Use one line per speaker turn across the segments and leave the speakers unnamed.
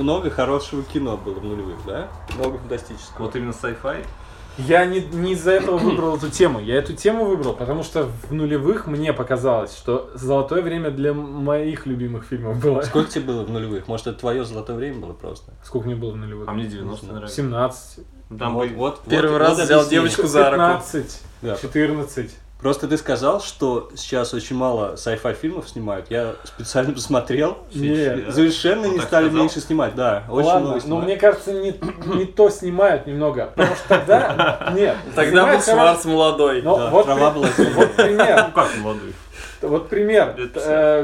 много хорошего кино было в нулевых, да? Много фантастического.
Вот именно sci-fi.
Я не, не из-за этого выбрал эту тему. Я эту тему выбрал, потому что в нулевых мне показалось, что золотое время для моих любимых фильмов было.
Сколько тебе было в нулевых? Может, это твое золотое время было просто?
Сколько мне было в нулевых?
А мне 90 нравится.
17,
Там
вот,
бы-
вот,
Первый
вот-
раз
вот
взял
объяснение.
девочку за руку.
15,
Да.
14.
Просто ты сказал, что сейчас очень мало sci-fi фильмов снимают. Я специально посмотрел.
Нет.
Совершенно
Он
не
так
стали
сказал?
меньше снимать, да. Очень
Ладно,
много
но
снимают.
мне кажется, не, не то снимают немного. Потому что тогда... Нет.
Тогда был
снимают хорошо.
Шварц молодой.
Но
Да,
вот,
трава
при-
была зеленая.
вот пример.
Ну как молодой?
Вот пример.
Лет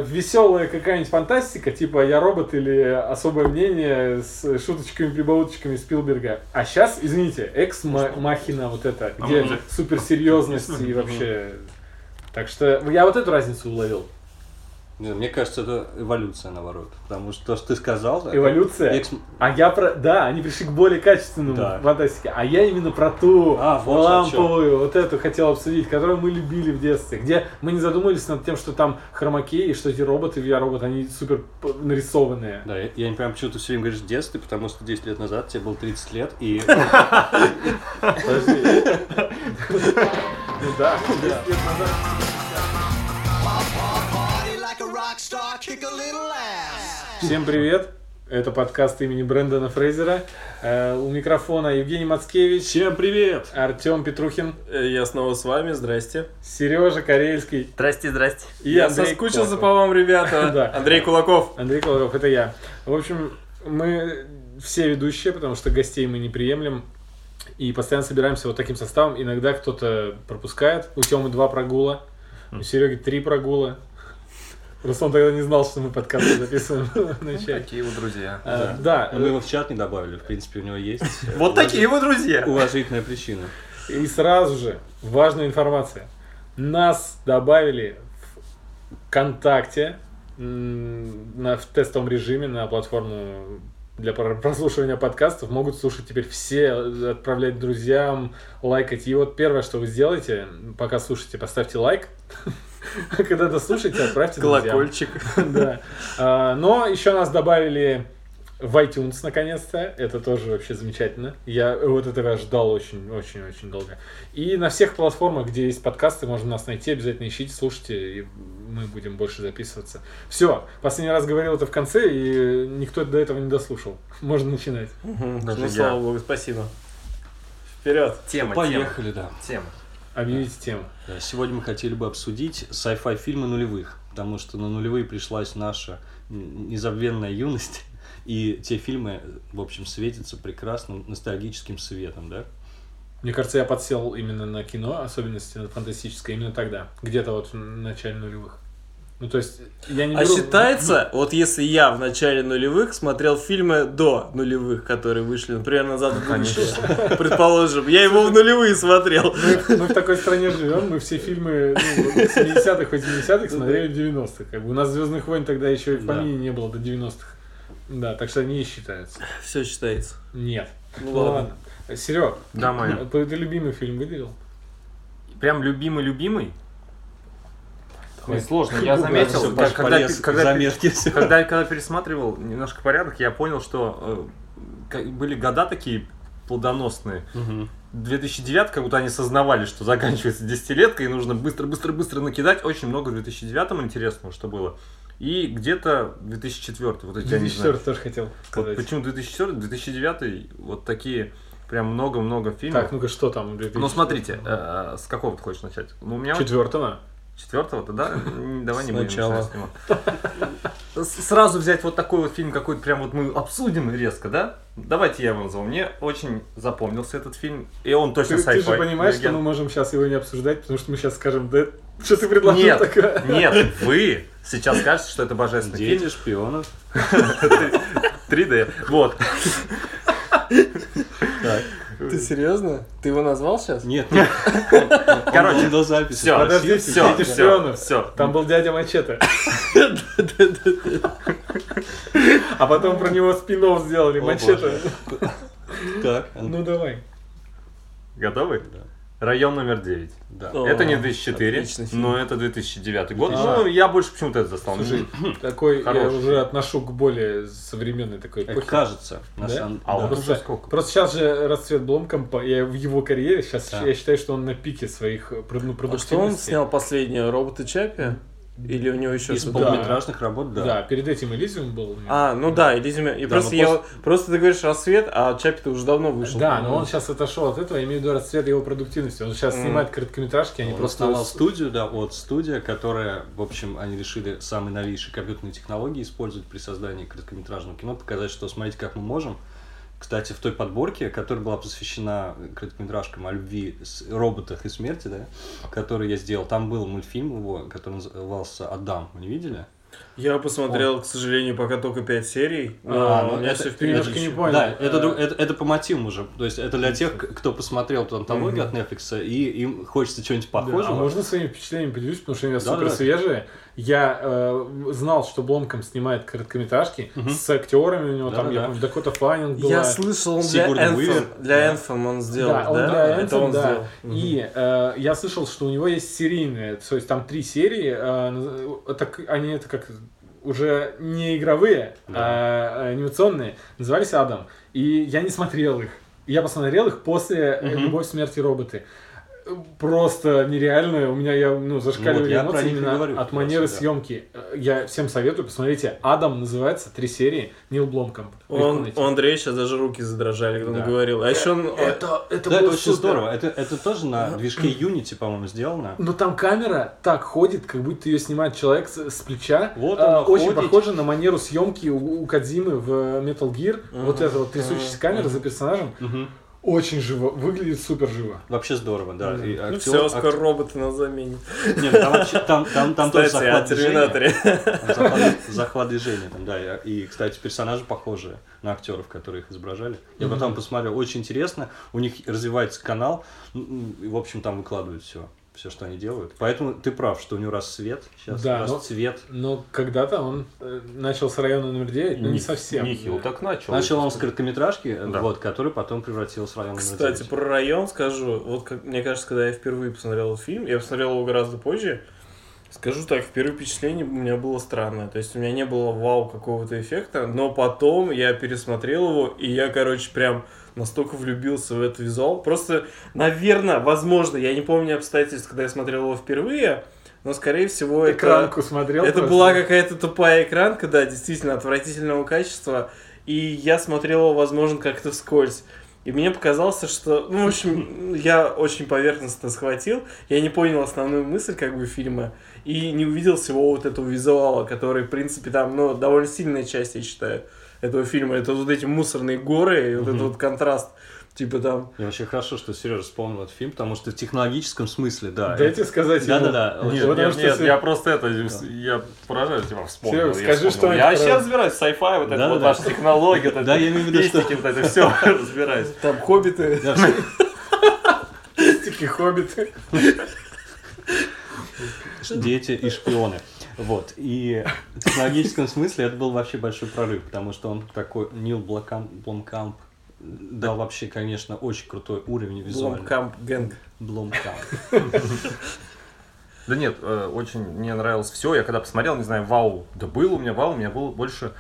веселая какая-нибудь фантастика, типа «Я робот» или «Особое мнение» с шуточками-прибауточками Спилберга. А сейчас, извините, «Экс-Махина» вот это,
А
где
мы уже-
суперсерьезность и вообще... Так что я вот эту разницу уловил.
Не, ну, Мне кажется, это эволюция, наоборот. Потому что то, что ты сказал... это-
Эволюция.
Экс-
А я про... Да, они пришли к более качественному
Да.
фантастике. А я именно про ту
А, вот о чём.
ламповую, вот эту хотел обсудить, которую мы любили в детстве. Где мы не задумывались над тем, что там хромакей, и что эти роботы, VR-роботы, они супер п- нарисованные.
Да, я, я не прям почему ты все время говоришь детстве, потому что 10 лет назад тебе было 30 лет, и
Подожди. Ну да, да.
Party like a rock star, kick a little ass.
Всем привет. Это подкаст имени Брэндона Фрейзера. Э, У микрофона Евгений Мацкевич,
Всем привет!
Артем Петрухин,
Э, Я снова с вами, здрасте.
Сережа Карельский
Здрасте, здрасте.
и
Я
Андрей
соскучился
Кулаков.
по вам,
Да.
ребята. Андрей Кулаков.
Андрей Колоров, это я. В общем, мы все ведущие, потому что гостей мы не приемлем. И постоянно собираемся вот таким составом. Иногда кто-то пропускает. У Тёмы два прогула, у Сереги три прогула. Просто он тогда не знал, что мы подкасты записываем
Ну,
вначале.
Такие вы друзья.
А,
Мы
Да,
его в чат не добавили, в принципе, у него есть э,
Вот такие вы друзья.
уважительная причина.
и сразу же важная информация. Нас добавили в ВКонтакте м, на, в тестовом режиме на платформу для про- прослушивания подкастов. Могут слушать теперь все, э, отправлять друзьям, лайкать. И вот первое, что вы сделаете, пока слушаете, поставьте лайк. А когда дослушаете, отправьте друзьям.
Колокольчик.
Да. А, Но еще нас добавили в iTunes наконец-то. Это тоже вообще замечательно. Я вот этого ждал очень-очень-очень долго. И на всех платформах, где есть подкасты, можно нас найти. Обязательно ищите, слушайте, и мы будем больше записываться. Все, последний раз говорил это в конце, и никто до этого не дослушал. Можно начинать.
Мгм,
Даже
Ну,
я.
слава богу, спасибо. Вперед.
Тема,
Поехали, да.
Тема.
Объявите тему.
Да, Э, Сегодня мы хотели бы обсудить sci-fi фильмы нулевых, потому что на нулевые пришлась наша н- незабвенная юность, и те фильмы, в общем, светятся прекрасным ностальгическим светом, да?
Мне кажется, я подсел именно на кино, особенности на фантастическое, именно тогда. Где-то вот в начале нулевых. Ну, то есть, я не
А
беру-
считается, вот если я в начале нулевых смотрел фильмы до нулевых, которые вышли, например, «Назад в будущее», предположим, я его в нулевые смотрел.
Мы, мы в такой стране живем, мы все фильмы ну, 70-х, 80-х
Ну
смотрели в 90-х. Как бы у нас Звездных войн тогда еще и в
Да.
помине не было до 90-х. Да, так что они и считаются.
Все считается.
Нет.
Ну ладно.
Серег,
Да, моя.
ты ты любимый фильм выделил?
Прям любимый-любимый?
Такой
Ой, сложно. Ну,
Угу.
Я
Всё,
заметил,
Паш
как- когда,
полез
пи-
к
когда, пи-
заметке, всё.
когда, когда пересматривал немножко порядок, я понял, что э, как- были года такие плодоносные.
Мгм.
2009, как будто они сознавали, что заканчивается десятилетка, и нужно быстро-быстро-быстро накидать. Очень много в 2009 интересного, что было. И где-то 2004, вот эти, я не
2004
знаю.
тоже хотел
Вот
сказать.
почему 2004, 2009, вот такие прям много-много фильмов.
так, ну-ка, что там?
Ну смотрите, э, с какого ты хочешь начать? Ну у меня вот
Четвертого?
четвертого, тогда м, давай не будем
Сначала.
начинать с него. С- Сразу взять вот такой вот фильм, какой-то прям вот мы обсудим резко, да? Давайте я его назову. Мне очень запомнился этот фильм, и он точно
Ты, ты же
sci-fi.
понимаешь, что
Легенда.
мы можем сейчас его не обсуждать, потому что мы сейчас скажем, да, что ты предложил
Нет,
такое?
нет, вы сейчас скажете, что это божественный
Дети
фильм.
шпионов.
3D. Вот.
Так.
Ты серьезно? Ты его назвал сейчас?
Нет, нет.
Короче,
Он до записи.
Все,
Подождите,
все,
дети
все,
шпионов.
все.
Там был дядя Мачете. А потом про него спин сделали.
О,
Мачете.
боже. Так,
Ну давай.
Готовы?
Да.
Район номер 9.
Да.
О,
это не 2004,
отличный фильм.
но это 2009 год.
Да.
Ну, я больше почему-то это застал.
Слушай, такой я
Хороший.
уже отношу к более современной такой
Это
эпохе.
э, кажется, на
Да?
самом
А
да.
он
Просто,
уже сколько?
просто сейчас же расцвет Бломкомпа, я в его карьере, сейчас
Да.
я считаю, что он на пике своих э, про- ну,
А что он
продуктивности.
снял последнее? Робота Чаппи? Или у него еще
из
что-то?
полнометражных работ,
Да.
да.
перед этим Элизиум был. у него.
А, ну да, Элизиум. И
Да,
просто
но
я просто ты говоришь рассвет, а Чаппи-то уже давно вышел.
да, но он сейчас отошел от этого, я имею в виду расцвет его продуктивности. Он сейчас
М.
снимает короткометражки, они
Он
просто...
основал студию, да, от студия, которая, в общем, они решили самые новейшие компьютерные технологии использовать при создании короткометражного кино, показать, что смотрите, как мы можем. Кстати, в той подборке, которая была посвящена короткометражкам о любви, с- роботах и смерти, да, который я сделал, там был мультфильм его, который назывался «Адам». Вы не видели?
Я посмотрел, к сожалению, пока только 5 серий.
А,
но
ну,
у меня
это-
все
ты
впереди.
немножко не понял.
Да, это,
Э,
друг- это, это по мотивам уже. То есть это для тех, к- кто посмотрел эту антологию от Netflix, и им хочется чего-нибудь
Да,
похожего.
а можно своими впечатлениями поделюсь, потому что они у меня
Да,
супер
да.
свежие. Я э, знал, что Бломком снимает короткометражки с актерами у него
Да,
там,
да,
я
да.
помню, Дакота Фаннинг была.
Я слышал, он для
Сигурни Уивер.
Anthem, для Anthem он сделал, да?
Да, он для
это
Anthem,
он
да.
сделал.
И э, я слышал, что у него есть серийные, то есть там три серии, э, наз- это к- они это как уже не игровые, а анимационные, назывались Адам. И я не смотрел их. Я посмотрел их после э, «Любовь, смерть и роботы». Просто нереально, у меня я ну, зашкаливали
Ну вот я про
эмоции
них и
именно
говорю,
от
как раз,
манеры
да.
съемки. Э, Я всем советую, посмотрите, Адам называется, три серии, Нил Бломком.
Он, у Андрея сейчас даже руки задрожали, когда он
Да.
говорил. А еще он...
это,
Да, это
было
очень
супер.
здорово. Это, это тоже на движке Unity, по-моему, сделано.
Но там камера так ходит, как будто ее снимает человек с, с плеча.
Вот
А,
она
Очень
ходит.
похоже на манеру съемки у, у Кадзимы в э, Metal Gear. Вот эта вот трясущаяся камера за персонажем. Очень живо. Выглядит супер живо.
Вообще здорово, да. И
Ну
актер-
все,
ак-
скоро роботы нас заменят.
Нет, ну там, вообще- там, там, там тоже
Кстати, о
захват движения.
Терминаторе.
Там захват- захват движения там, да. И, и, кстати, персонажи похожи на актеров, которые их изображали. Я потом посмотрел, очень интересно. У них развивается канал, м, м, и, в общем, там выкладывают все, все, что они делают. Поэтому ты прав, что у него расцвет сейчас,
Да, но-
расцвет.
Но когда-то он э, начал с района номер 9, но не совсем.
Нихил так начал.
Начал он с короткометражки, э,
Да.
вот, который потом превратился в район номер
Кстати,
девять.
про район скажу. Вот как мне кажется, когда я впервые посмотрел этот фильм, я посмотрел его гораздо позже. Скажу так, первое впечатление у меня было странное. То есть у меня не было вау какого-то эффекта, но потом я пересмотрел его, и я, короче, прям настолько влюбился в этот визуал. Просто, наверное, возможно, я не помню обстоятельств, когда я смотрел его впервые, но, скорее всего, это-
Экранку смотрел.
это
просто.
была какая-то тупая экранка, да, действительно отвратительного качества. И я смотрел его, возможно, как-то вскользь. И мне показалось, что, ну, в общем, я очень поверхностно схватил, я не понял основную мысль, как бы, фильма, и не увидел всего вот этого визуала, который, в принципе, там, ну, довольно сильная часть, я считаю, этого фильма. Это вот эти мусорные горы, и вот этот вот контраст, типа там...
И вообще хорошо, что Сережа вспомнил этот фильм, потому что в технологическом смысле, да. это-
Дайте сказать ему.
Да-да-да, вот
Нет,
Потому
нет,
что
нет,
если-
я просто это, я поражаюсь, я вспомнил.
Серёг,
я
скажи,
вспомнил.
что
Я
это-
вообще разбираюсь в sci-fi, вот это
Да-да-да.
вот ваша технология, вот
Да, я имею в виду, что-
это все разбираюсь.
Там хоббиты.
Да, всё-
Такие хоббиты.
дети и шпионы. Вот. И в технологическом смысле это был вообще большой прорыв, потому что он такой, Нил Блакам- Бломкамп, э, дал вообще, конечно, очень крутой уровень визуально.
Бломкамп Гэнг.
Бломкамп.
Да нет, э, очень мне нравилось все. Я когда посмотрел, не знаю, вау, да был у меня вау, у меня было больше...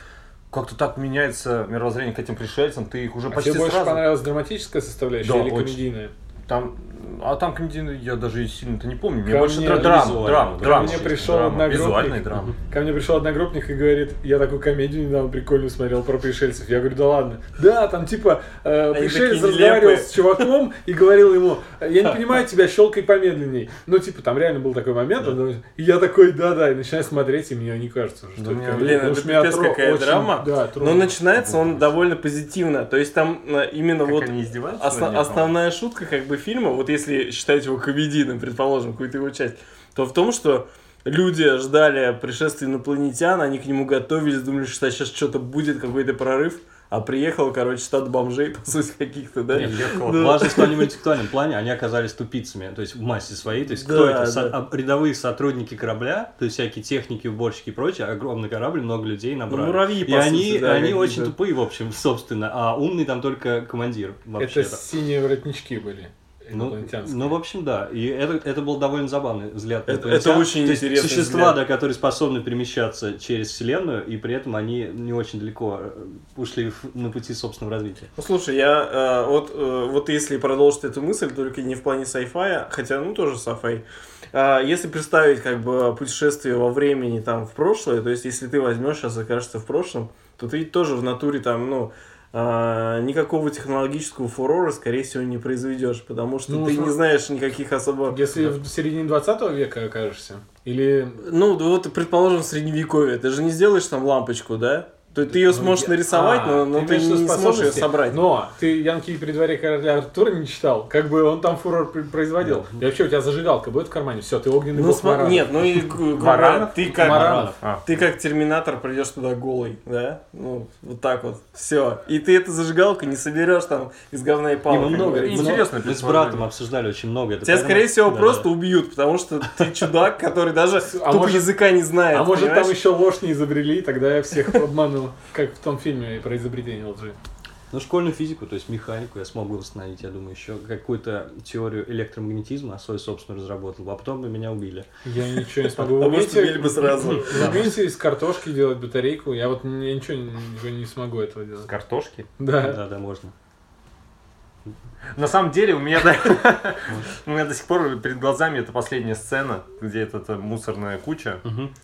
Как-то так меняется мировоззрение к этим пришельцам, ты их уже
А
почти
тебе больше
сразу...
понравилась драматическая составляющая
Да,
или
очень.
комедийная?
Там, а там комедийный я даже и сильно-то не помню. Мне
Ко
больше
мне
дра- драма,
визуально.
драма,
Ко
драма.
мне
честно,
пришел
драма,
одногруппник.
Визуальная драма.
Ко мне пришел одногруппник и говорит, я такую комедию недавно прикольную смотрел про пришельцев. Я говорю, да ладно. Да, там типа э,
Они
пришелец
такие
разговаривал
нелепые.
с чуваком и говорил ему, я не понимаю тебя, щелкай помедленней. Ну типа там реально был такой момент, он- и я такой, да-да, и начинаю смотреть, и мне не кажется, что
Да
это
мне-
комедия.
Блин,
Потому
это
что меня
пипец
тро-
какая
очень-
драма. Ну,
Да,
Но
трудно.
начинается он довольно позитивно. То есть там э, именно
Как
вот
они издеваются?
Осна-
над ней, по-моему.
основная шутка как бы фильма, вот если считать его комедийным, предположим, какую-то его часть, то в том, что люди ждали пришествия инопланетян, они к нему готовились, думали, что сейчас что-то будет, какой-то прорыв, а приехал, короче, штат бомжей, по сути, каких-то, да? Ну,
Нет, ехала.
Да.
Важно, что они в интеллектуальном плане, они оказались тупицами, то есть в массе своей. То есть кто
Да,
это? Со-
да.
а- Рядовые сотрудники корабля, то есть всякие техники, уборщики и прочее, огромный корабль, много людей набрали.
Ну, муравьи,
и
по сути,
они,
да,
они
какие-то.
очень тупые, в общем, собственно, а умный там только командир
Это
вообще.
синие воротнички были.
Ну,
инопланетянское.
ну, в общем, да. И это, это был довольно забавный взгляд. на
Это-
инопланетян.
это очень
То есть
интересный
Существа,
взгляд.
да, которые способны перемещаться через Вселенную, и при этом они не очень далеко э, ушли в- на пути собственного развития.
Ну слушай, я э, вот, э, вот если продолжить эту мысль, только не в плане сайфая, хотя ну тоже сайфай. А, если представить как бы путешествие во времени там в прошлое, то есть если ты возьмешь сейчас и окажешься в прошлом, то ты тоже в натуре там, ну, а, никакого технологического фурора, скорее всего, не произведешь, потому что
Ну,
ты
слу-
не знаешь никаких особо...
Если в середине 20 века окажешься, или...
Ну, да вот, предположим, в средневековье, ты же не сделаешь там лампочку, да? То есть ты ее
Ну,
сможешь
я-
нарисовать,
А,
но, но ты,
имеешь в виду
не сможешь ее
способности?
собрать.
Но ты Янки при дворе короля Артура не читал, как бы он там фурор пр- производил. И вообще у тебя зажигалка будет в кармане, все, ты огненный
Ну,
бог
сма-
Марана.
Нет, ну и г- грубо говоря,
Варанов?
ты как
Маранов.
А.
ты как терминатор придешь туда голый, да? Ну, вот так вот. Все. И ты эту зажигалку не соберешь там из говна и
И
палок.
мы много,
Тебя,
говорит,
много-
интересное
мы с
предположение.
братом обсуждали очень много. это поэтому-
скорее всего,
Да,
просто
да.
убьют, потому что ты чудак, который даже
А
тупо
может-
языка не знает.
А может
понимаешь?
там еще ложь не изобрели, и тогда я всех обманул, как в том фильме про изобретение лжи.
Ну, школьную физику, то есть механику я смог бы восстановить, я думаю, еще какую-то теорию электромагнетизма свою собственную разработал, а потом бы меня убили.
Я ничего не смогу.
А
Вы
может,
умеете-
убили бы сразу.
Вы умеете из картошки делать батарейку? Я вот н- я ничего не, не смогу этого
С
делать.
картошки?
Да.
Да, да, можно.
На самом деле у меня, до... у меня до сих пор перед глазами это последняя сцена, где это, эта мусорная куча,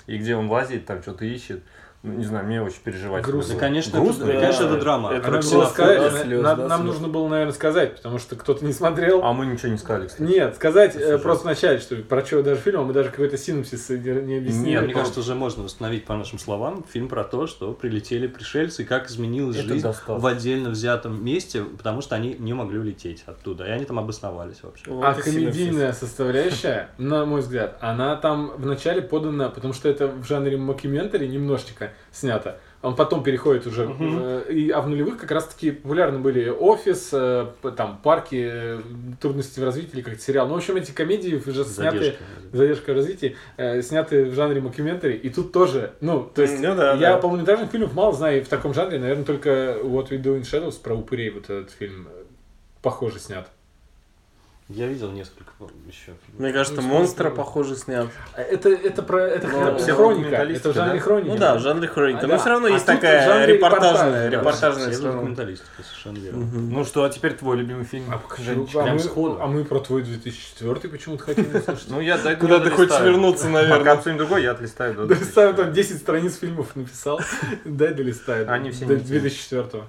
и где он лазит, там что-то ищет. Ну, не знаю, мне очень переживать.
Грустно.
Да,
было.
конечно,
Грустно,
это,
да.
конечно, это драма.
Это
А Надо
Про
как
было
ксенофоб-
ксенофоб,
сказать,
да,
на-
слез,
на-
да,
нам
слез.
нужно было, наверное, сказать, потому что кто-то не смотрел.
А мы ничего не сказали, кстати.
Нет, сказать э,
Слушай.
просто вначале, что про чего даже фильм, а мы даже какой-то синопсис не не объяснили.
Нет,
Мне кажется, уже можно восстановить по нашим словам фильм про то, что прилетели пришельцы и как изменилась
Это
жизнь
достаточно.
в отдельно взятом месте, потому что они не могли улететь оттуда, и они там обосновались вообще.
Вот
А
и синопсис.
комедийная составляющая, на мой взгляд, она там вначале подана, потому что это в жанре мокюментари немножечко снято. Он потом переходит уже. э, и, а в нулевых как раз-таки популярны были офис, э, п- там парки, э, трудности в развитии, или как-то сериал. Ну, в общем, эти комедии уже сняты,
Задержка.
задержка в развитии, э, сняты в жанре мокюментари. И тут тоже, ну, то есть
Ну да,
я
да.
полнометражных фильмов мало знаю, и в таком жанре, наверное, только What We Do in Shadows про упырей вот этот фильм э, похоже снят.
Я видел несколько еще.
Мне кажется,
Ну,
монстра,
смотри.
похоже, снят.
Это, это про это
Ну,
хра-
все
хроника,
документалистика,
это в жанре
да?
хроники.
Ну да, в жанре хроника.
А,
Но
да.
все равно
А
есть
тут в
такая
жанре
репортажная,
репортажная, да.
репортажная
Все
сторона.
документалистика, совершенно верно.
Мгм.
Ну что, а теперь твой любимый фильм?
А, почему-
Женечка.
а
Прям
мы,
сходу.
а мы про твой 2004 почему-то хотим услышать.
Ну я дойду,
Куда
я
ты хочешь
долистаю.
вернуться,
Пока
наверное?
обсудим другой, я отлистаю. до
Да,
2000.
Сам там 10 страниц фильмов написал, дай долистай.
Они все
До
не те.
2004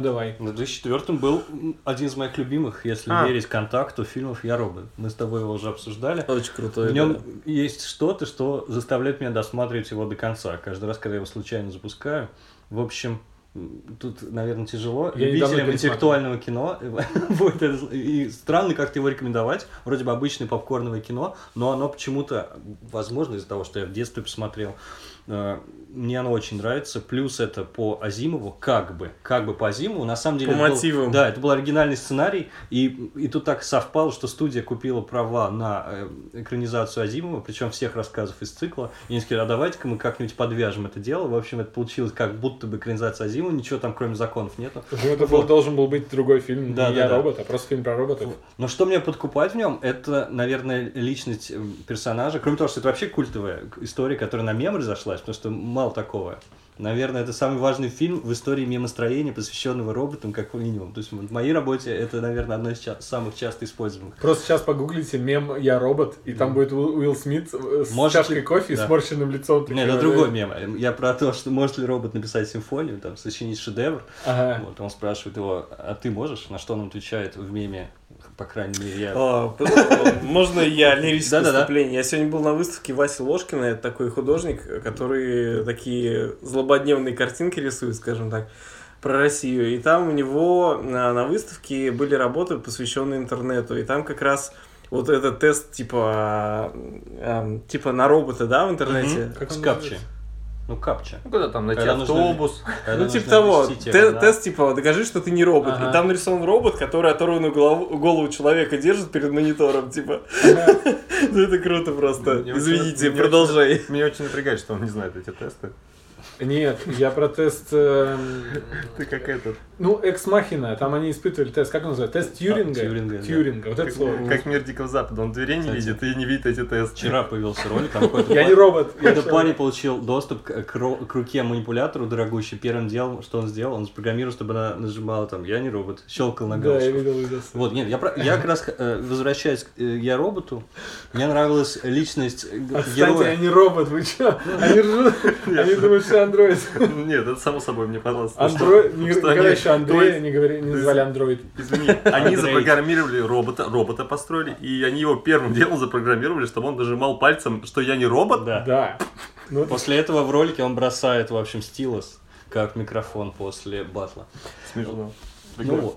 давай.
На 2004 был м, один из моих любимых, если
А.
верить контакту, фильмов «Я робот». Мы с тобой его уже обсуждали.
Очень крутой.
В
да.
нем есть что-то, что заставляет меня досматривать его до конца. Каждый раз, когда я его случайно запускаю. В общем, м, тут, наверное, тяжело.
Я недавно
Любителям
пересматривал.
интеллектуального кино будет это з- и странно как-то его рекомендовать. Вроде бы обычное попкорновое кино, но оно почему-то, возможно, из-за того, что я в детстве посмотрел, э, мне оно очень нравится. Плюс это по Азимову, как бы, как бы по Азимову. На самом деле,
По
это был-
мотивам.
да, это был оригинальный сценарий, и, и тут так совпало, что студия купила права на э, экранизацию Азимова, причем всех рассказов из цикла, и они сказали, а давайте-ка мы как-нибудь подвяжем это дело. В общем, это получилось как будто бы экранизация Азимова, ничего там кроме законов нету.
Ну, Это был- должен был быть другой фильм,
Да,
не
да,
я
да.
робот, а просто фильм про роботов.
Но что меня подкупает в нем, это, наверное, личность э, персонажа. Кроме того, что это вообще культовая к- история, которая на мем разошлась, потому что мало такого. Наверное, это самый важный фильм в истории мемостроения, посвященного роботам, как минимум. То есть в моей работе это, наверное, одно из ча- самых часто используемых.
Просто сейчас погуглите мем «Я робот», и там будет Уилл Уилл Смит э, с
Может ли-
чашкой кофе и
да.
сморщенным лицом.
Нет, это другой мем. Эм, Я про то, что может ли робот написать симфонию, там, сочинить шедевр.
Ага.
Вот, он спрашивает его, а ты можешь? На что он отвечает в меме, по крайней мере, я...
А, п- Можно я лирическое
Да-да-да.
выступление? Я сегодня был на выставке Васи Ложкина, это такой художник, который такие злободневные картинки рисует, скажем так, про Россию. И там у него а, на, на выставке были работы, посвященные интернету. И там как раз вот этот тест типа, эм, типа на робота, да, в интернете.
Как
С
он
капчи.
называется?
Ну, капча.
Ну куда там найти
Когда нужно-
автобус?
Когда
Ну,
нужно
типа того,
отвести
те-
тему, да.
тест типа «докажи, что ты не робот».
Ага.
И там нарисован робот, который оторванную голову, голову человека держит перед монитором, типа. Ну, это круто просто.
Мне
Извините,
очень- мне
продолжай.
Меня очень напрягает, что он не знает эти тесты.
Нет, я про тест... эм,
Ты как этот,
Ну, экс-махина, там они испытывали тест, как он называется? Тест Тьюринга?
А, Тьюринга, да.
Тьюринга, вот это слово.
как мир Дикого Запада. Он дверей не
Кстати.
видит и не видит эти тесты.
Вчера появился ролик, там какой-то
Я
парень-
не робот. я
Когда
что-
парень получил доступ к, к ро- к руке манипулятору дорогущей, первым делом, что он сделал, он спрограммировал, чтобы она нажимала там «Я не робот», щелкал на
Да, я
галочку.
видел видос.
Вот, нет, я, про- я как раз, э, возвращаясь к э, «Я роботу», мне нравилась личность э, г-
Отстаньте, я
героя.
не робот, вы что? Они ржут, они думают, что андроид.
Нет, это само собой мне понравилось. Ну что-
Андроид, ни-
что они-
короче,
то
Андрея
есть-
не говори- не назвали андроид.
Извини, они
Андрей.
запрограммировали робота, робота построили, и они его первым делом запрограммировали, чтобы он нажимал пальцем, что я не робот.
Да.
Да. Ну, это
После этого в ролике он бросает, в общем, стилус, как микрофон после батла.
Смешно.
Ну вот.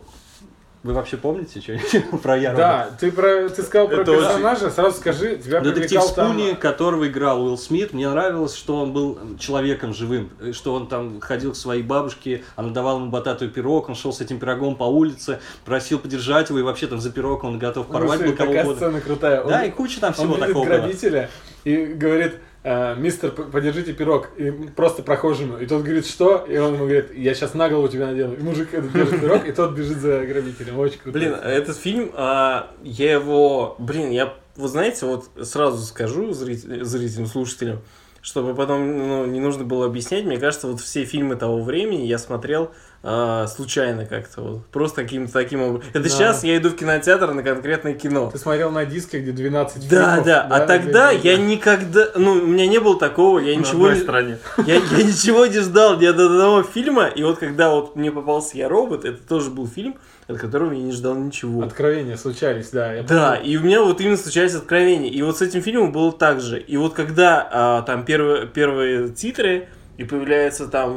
Вы вообще помните что-нибудь про «Я робот»?
Да, ты про ты сказал про
Это очень-
персонажа, сразу скажи, тебя
Ну, Детектив
привлекал там.
Спуни, которого играл Уилл Смит, мне нравилось, что он был м, человеком живым, э, что он там ходил к своей бабушке, она давала ему бататую пирог, он шел с этим пирогом по улице, просил подержать его, и вообще там за пирог он готов
Ну,
порвать
Слушай,
был кого
такая
угодно.
сцена крутая.
Да,
Он-
и куча там
Он
всего
видит
такого было.
грабителя и говорит, «Э, мистер, п- подержите пирог, и просто прохожему. И тот говорит, что? И он ему говорит, я сейчас на голову тебя надену. И мужик этот держит пирог, и тот бежит за грабителем. Очень круто.
Блин, этот фильм, а, я его... Блин, я... Вы знаете, вот сразу скажу зрителям, зрителям слушателям, чтобы потом ну, не нужно было объяснять. Мне кажется, вот все фильмы того времени я смотрел а, случайно как-то. Вот, просто каким-то таким образом. Это
Да.
сейчас я иду в кинотеатр на конкретное кино.
Ты смотрел на диске, где 12
Да,
фильмов,
да, а
где-
тогда я никогда, ну, у меня не было такого, я
На
ничего,
одной
не-
стороне.
я, я ничего не ждал ни от одного фильма, и вот когда вот мне попался «Я робот», это тоже был фильм, от которого я не ждал ничего.
Откровения случались, да. я
Да,
помню.
и у меня вот именно случались откровения. И вот с этим фильмом было так же. И вот когда а, там первые, первые титры, и появляются там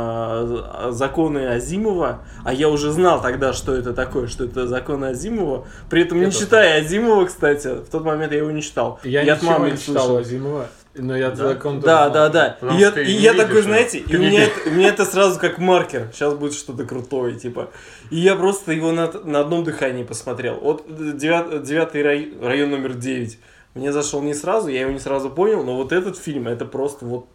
а, законы Азимова, а я уже знал тогда, что это такое, что это законы Азимова, при этом не
Я тоже.
читая Азимова, кстати, в тот момент я его не читал.
Я,
от
ничего
мамы
не
слышал.
читал Азимова, но я
Да?
закон
Да, да, да.
Потому
И я,
что ты
и
не
я
видишь
такой,
это.
знаете, и у
Книги.
меня, это, у меня это сразу как маркер. Сейчас будет что-то крутое, типа. И я просто его на, на одном дыхании посмотрел. Вот э, девят- девятый рай- район номер девять. Мне зашел не сразу, я его не сразу понял, но вот этот фильм, это просто вот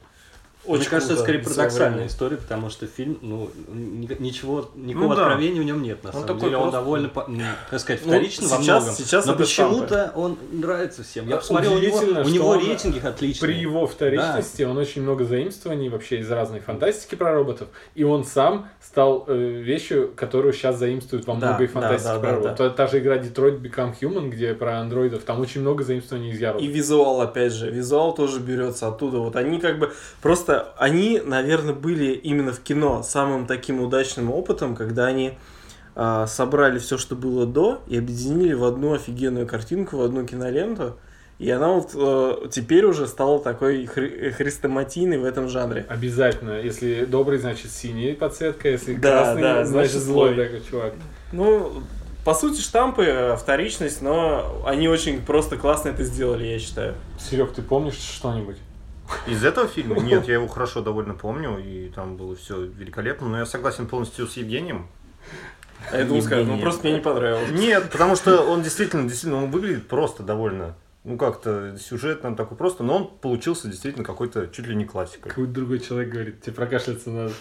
очень
Мне кажется, это
круто
скорее
и
парадоксальная
своевременно.
история, потому что фильм, ну, ни- ничего, никакого
да.
откровения в нем нет, на самом
такой
деле. Он
просто-
довольно, по- ну, как сказать,
Ну,
вторичный во
сейчас-
многом.
сейчас
но
это штампы.
почему-то он нравится всем. Я посмотрел, у него,
Удивительно,
у
что
него
он
рейтинги отличные.
При его вторичности он очень много заимствований вообще из разной фантастики про роботов, и он сам стал э, вещью, которую сейчас заимствуют во
Да,
многой
да,
фантастике
да,
про
да,
роботов.
да.
Та, та же игра Detroit Become Human, где про андроидов, там очень много заимствований из Ярова.
И визуал, опять же, визуал тоже берется оттуда. Вот они как бы просто, они, наверное, были именно в кино самым таким удачным опытом, когда они а, собрали все, что было до, и объединили в одну офигенную картинку, в одну киноленту. И она вот э, теперь уже стала такой хри- хрестоматийной в этом жанре.
Обязательно. Если добрый, значит синий подсветка, если
Да,
красный,
да,
значит
значит,
злой,
злой.
такой чувак.
Ну, по сути, штампы, э, вторичность, но они очень просто классно это сделали, я считаю.
Серег, ты помнишь что-нибудь?
Из этого фильма? Нет, я его хорошо довольно помню, и там было все великолепно, но я согласен полностью с Евгением.
А я думаю, скажу, ну
Евгений.
просто мне не понравилось.
Нет, потому что он действительно, действительно, он выглядит просто довольно, ну как-то сюжет нам такой просто, но он получился действительно какой-то чуть ли не классикой.
Какой-то другой человек говорит, тебе прокашляться надо.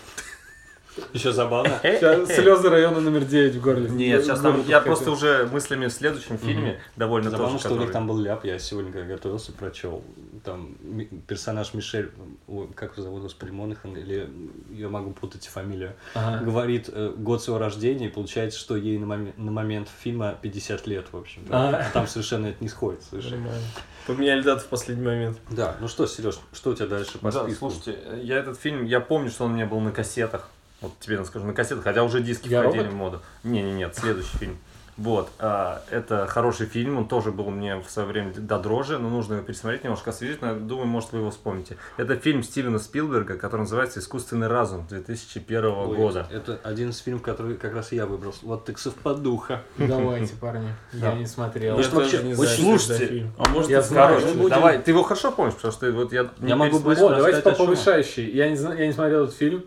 Еще забавно.
Сейчас слезы района номер 9 в горле.
Э, Нет, сейчас
В
там,
горле
я
подкатил.
просто уже мыслями в следующем фильме довольно
Забавно,
Ну, тоже,
что у
который-
них там был ляп. Я сегодня, когда готовился, прочел. Там ми- персонаж Мишель, о, как его зовут, господи, Монахан, или м, я могу путать фамилию,
Ага.
говорит э, год своего рождения, и получается, что ей на, моме- на момент фильма 50 лет, в общем.
А.
Там совершенно это не сходит, совершенно.
Нормально. Поменяли дату в последний момент.
Да, ну что, Сереж, что у тебя дальше по
Да,
списку?
слушайте, э, я этот фильм, я помню, что он у меня был на кассетах. Вот тебе я скажу, на кассетах, хотя уже диски
«Я
входили
робот»?
в моду. Не-не-нет, следующий фильм. Вот, а, это хороший фильм, он тоже был мне в свое время до дрожи, но нужно его пересмотреть, немножко освежить, но я думаю, может, вы его вспомните. Это фильм Стивена Спилберга, который называется «Искусственный разум» 2001
Ой,
года.
Это один из фильмов, который как раз я выбрал. Вот так совпадуха.
Давайте, парни. Я
Да.
не смотрел.
Ну, что
тоже
вообще,
не
очень-
знаю, что
слушайте,
это за фильм. а может,
я
это
знаю,
хороший?
мы будем-
Давай, ты его хорошо помнишь, потому что вот я... не
могу
пересмотрел.
быстро
О, давайте
рассказать о
по повышающей. Я не, зна- я не смотрел этот фильм.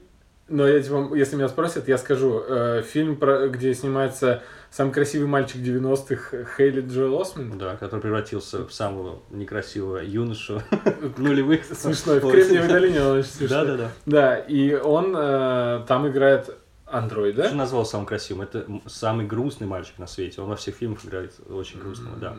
Но я типа, если меня спросят, я скажу. э, фильм, про, где снимается самый красивый мальчик 90-х Хейли Джоэл Осмонд.
Да, который превратился в самого некрасивого юношу нулевых.
Смешной. В Кремниевой долине он очень смешной.
Да, да, да.
Да, и он э, там играет
Ты же
андроида.
назвал самым красивым. Это м- самый грустный мальчик на свете. Он во всех фильмах играет очень грустного, да.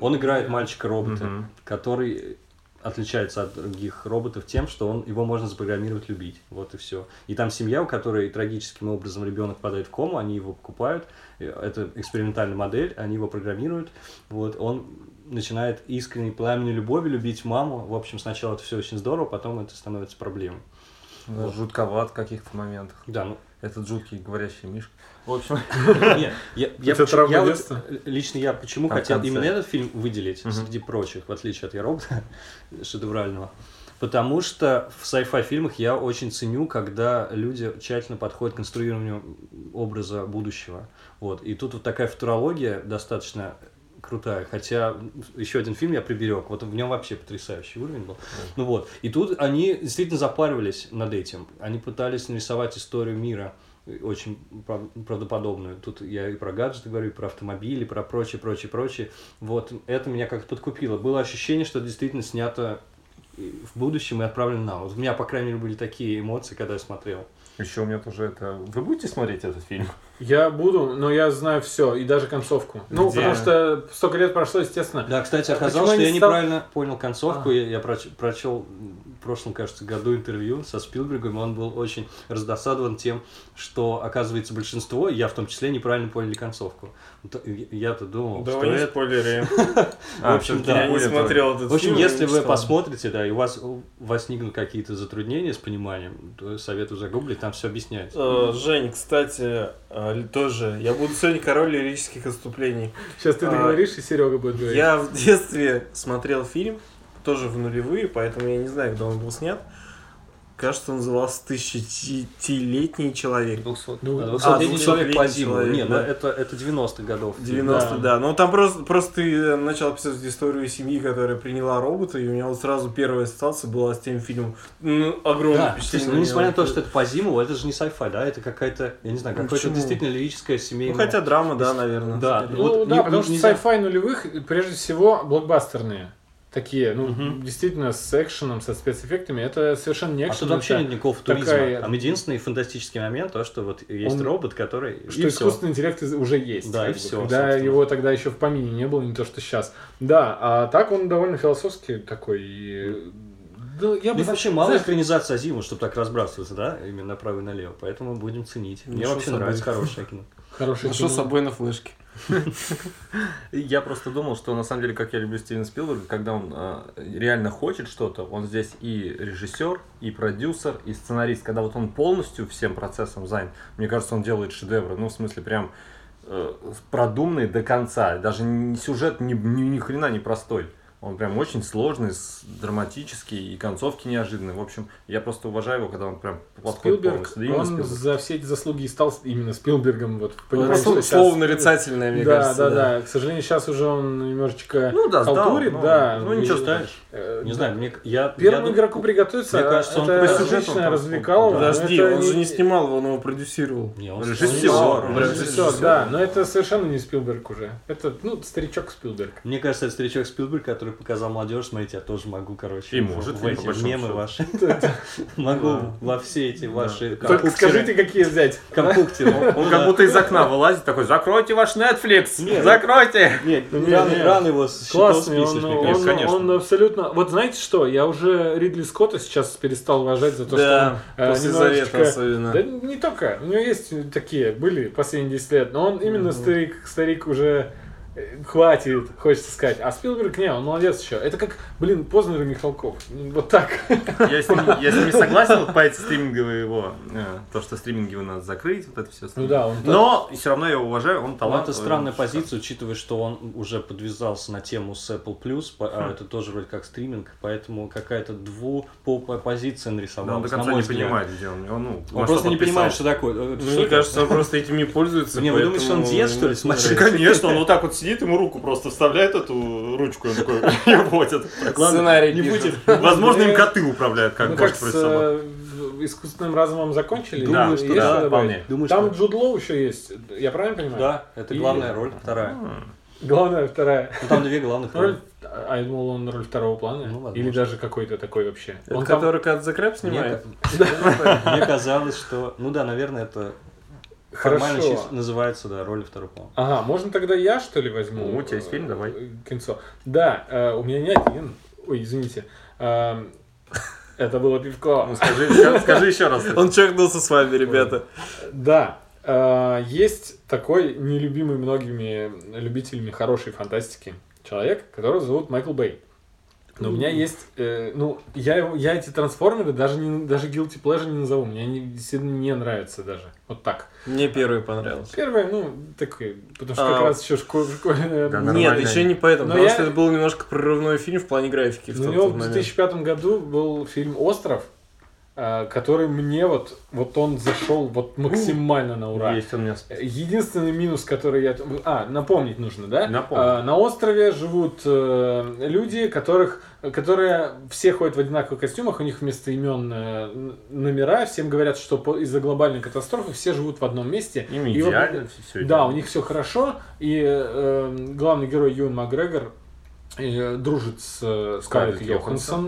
Он играет мальчика-робота,
Мгм.
который э, отличается от других роботов тем, что он, его можно запрограммировать любить. Вот и все. И там семья, у которой трагическим образом ребенок падает в кому, они его покупают. Э, Это экспериментальная модель, они его программируют. Вот он начинает искренней пламенной любовью любить маму. В общем, сначала это все очень здорово, потом это становится проблемой.
Ну, Жутковат в каких-то моментах.
Да, ну
Этот жуткий говорящий мишка. В общем,
Нет, я, я,
У тебя
поч-
травма
я вот,
детства?
э, лично я почему
А в
хотел
конце?
именно этот фильм выделить
Мгм.
среди прочих, в отличие от Я робота шедеврального. Потому что в sci-fi фильмах я очень ценю, когда люди тщательно подходят к конструированию образа будущего. Вот. И тут вот такая футурология достаточно крутая. Хотя еще один фильм я приберег. Вот в нем вообще потрясающий уровень был. Ну вот. И тут они действительно запаривались над этим. Они пытались нарисовать историю мира э, очень прав- правдоподобную. Тут я и про гаджеты говорю, и про автомобили, про прочее, прочее, прочее. Вот это меня как-то подкупило. Было ощущение, что это действительно снято э, в будущем и отправлено нам. Вот у меня, по крайней мере, были такие эмоции, когда я смотрел.
еще у меня тоже это... Вы будете смотреть этот фильм?
Я буду, но я знаю все, и даже концовку. Ну,
Где?
потому что столько лет прошло, естественно.
Да, кстати,
почему
оказалось, что
они
я
стал-
неправильно понял концовку. Я, я проч- прочел в прошлом, кажется, году интервью со Спилбергом. и Он был очень раздосадован тем, что, оказывается, большинство, и я в том числе, неправильно поняли концовку. Вот, э, Я-то думал, что
Давай не
это...
спойлерим.
В общем,
А, всё-таки
да.
Я не
будет.
смотрел этот
В общем,
фильм,
если
я не
вы
читал.
посмотрите, да, и у вас э, возникнут какие-то затруднения с пониманием, то советую загуглить, там все объясняется.
Э, Жень, кстати, э, тоже. Я буду сегодня король лирических отступлений.
Сейчас ты
А,
договоришь, и Серега будет говорить.
Я в детстве смотрел фильм, тоже в нулевые, поэтому я не знаю, когда он был снят. Кажется, он назывался «Тысячелетний человек».
Ну,
А,
да.
«Двухсотлетний
«Двухсотлетний
человек по зиму.
человек»,
Не, ну
да.
это, это 90-х годов.
90 да. Ну там просто, просто ты э, начал описывать историю семьи, которая приняла робота, и у меня вот сразу первая ассоциация была с тем фильмом. Ну, огромное
Да,
впечатление.
слушай, ну несмотря на то,
было.
что это по зиму, это же не sci-fi, да, это какая-то, я не знаю,
Ну,
какое-то
почему?
действительно лирическое семейное.
Ну, хотя драма, да, наверное.
Да.
скорее.
Ну,
вот
да,
не-
потому что
нельзя-
sci-fi нулевых, э, прежде всего, блокбастерные. Такие, ну,
Мгм.
действительно, с экшеном, со спецэффектами, это совершенно не
А
экшен.
тут вообще
это-
нет никакого футуризма.
такая-
Там единственный фантастический момент то, что вот есть
Он-
робот, который...
что
и всё.
искусственный интеллект из- уже есть.
Да,
как
и
бы.
всё,
Когда
собственно.
его тогда еще в помине не было, не то что сейчас. Да, а так он довольно философский такой. и- Да, я
Ну,
бы...
и вообще мало
знаешь,
экранизации Азимова, чтобы так разбрасываться, да, именно направо и налево. Поэтому будем ценить. Мне
Нашел
вообще
собой.
нравится хорошее кино.
Хороший кино.
Нашел А с собой на флешке.
Я просто думал, что на самом деле, как я люблю Стивена Спилберга, когда он э, реально хочет что-то, он здесь и режиссер, и продюсер, и сценарист. Когда вот он полностью всем процессом занят, мне кажется, он делает шедевры. Ну, в смысле, прям э, продуманный до конца. Даже не- сюжет ни, ни, ни хрена не простой. Он прям очень сложный, с- драматический, и концовки неожиданные. В общем, я просто уважаю его, когда он прям подходит
Спилберг,
полностью. Да, именно
он
Спилберг.
за все эти заслуги и стал именно Спилбергом. Вот,
Ну,
понимаешь,
Просто
что сейчас-
словно рицательное, мне
да,
кажется.
да, да, К сожалению, сейчас уже он немножечко
Ну да, сдал,
халтурит,
но-
да.
ну, ничего
и-
Считаешь?
э,
Не знаю, мне... Я, я
Первому
дум-
игроку приготовиться,
мне кажется, он
это
по
сюжету он
отлично
там-
развлекало.
Подожди,
но Ну, это
он же не
не-
снимал его, он его продюсировал.
Не, он
Режиссер.
снимал.
Режиссер.
Режиссер, да, но это совершенно не Спилберг уже. Это, ну, старичок Спилберг.
Мне кажется, это старичок Спилберг, который показал молодежь, смотрите, я тоже могу, короче,
И
в-
может,
в
по
эти
большому
мемы
счету.
ваши. Могу во все эти ваши ну,
Только скажите, какие взять.
компуктеры.
Он как будто из окна вылазит такой, закройте ваш Netflix,
Нет.
закройте!
Нет,
не, не.
рано, рано его с счетов
Классный, он,
списываешь, мне
он-
кажется.
конечно.
он абсолютно... Вот знаете что, я уже Ридли Скотта сейчас перестал уважать за то,
да,
что он э,
после
немножечко-
завета особенно.
Да не только. У него есть такие, были последние 10 лет, но он именно старик, старик уже э, хватит, хочется сказать. А Спилберг, не, он молодец еще. Это как, блин, Познер и Михалков. М, Вот так.
Я с ним, я с ним не согласен вот по эти стриминговые его, э, то, что стриминги у нас закрыть, вот это все.
Ну да, он
Но все равно я его уважаю, он
Ну, это
талантливый.
странная позиция, учитывая, что он уже подвязался на тему с Apple Plus, по-
Хм.
а это тоже вроде как стриминг, поэтому какая-то двупопая позиция
Да,
нарисовалась,
он до
на
конца
мой
не
взгляд.
понимает, где он. Он, ну, во
Он
что
просто не
подписался.
понимает, что такое. э,
Ну,
что
мне
это?
кажется, он просто этими пользуется.
Не, вы думаете,
поэтому-
он дед, что ли, смотри?
Конечно, он вот так вот сидит, ему руку просто вставляет эту ручку, и он такой, и водит.
Сценарий
не
пишет.
будет.
Возможно, им коты управляют, как
ну,
кошки
как
против
с,
собак.
э, в- искусственным разумом закончили?
Да,
Думаю,
что
есть
да,
что добавить?
вполне.
Думаешь,
Там
что-
Джуд Лоу еще есть, я правильно понимаю?
Да, это
И-
главная роль, вторая.
Ну,
Главная, вторая.
Ну, там две главных
Роль,
роли.
а я думал, он роль второго плана.
Ну, возможно.
Или даже какой-то такой вообще.
Это
он там-
который Кат Краб
Мне,
снимает?
ка- мне казалось, что... Ну да, наверное, это формально
Хорошо.
чис- называется, да, роль второго плана.
Ага, можно тогда я, что ли, возьму?
Ну, у тебя есть фильм, давай.
э, Кинцо. Да, э, у меня не один. Ой, извините. Эм, Это было пивко.
Ну, скажи, ска- скажи еще раз.
Он чокнулся с вами, ребята.
Да, э, есть такой нелюбимый многими любителями хорошей фантастики человек, которого зовут Майкл Бэй. Но у меня есть, э, ну, я, его- я эти трансформеры даже, не, даже Guilty Pleasure не назову, мне они действительно не нравятся даже, вот так.
Мне первый понравился.
Первое, ну, такое, потому что как
А.
раз еще школа, школьная
Да,
Нет,
Нормально.
еще не поэтому,
Но
потому
я-
что это был немножко прорывной фильм в плане графики в
Ну, У
тот
него в
момент.
2005 году был фильм «Остров», э, который мне вот, вот он зашел вот максимально на ура.
Есть он у меня. в списке.
Единственный минус, который я... А, напомнить нужно, да?
Напомни.
А, на острове живут э, люди, которых, которые все ходят в одинаковых костюмах, у них вместо имен э, номера, всем говорят, что по- из-за глобальной катастрофы все живут в одном месте.
Им
И вот-
идеально все,
да, у них все хорошо, и э, главный герой Юн Макгрегор э, дружит с э, Скарлетт
Скарлетт
Йоханссон,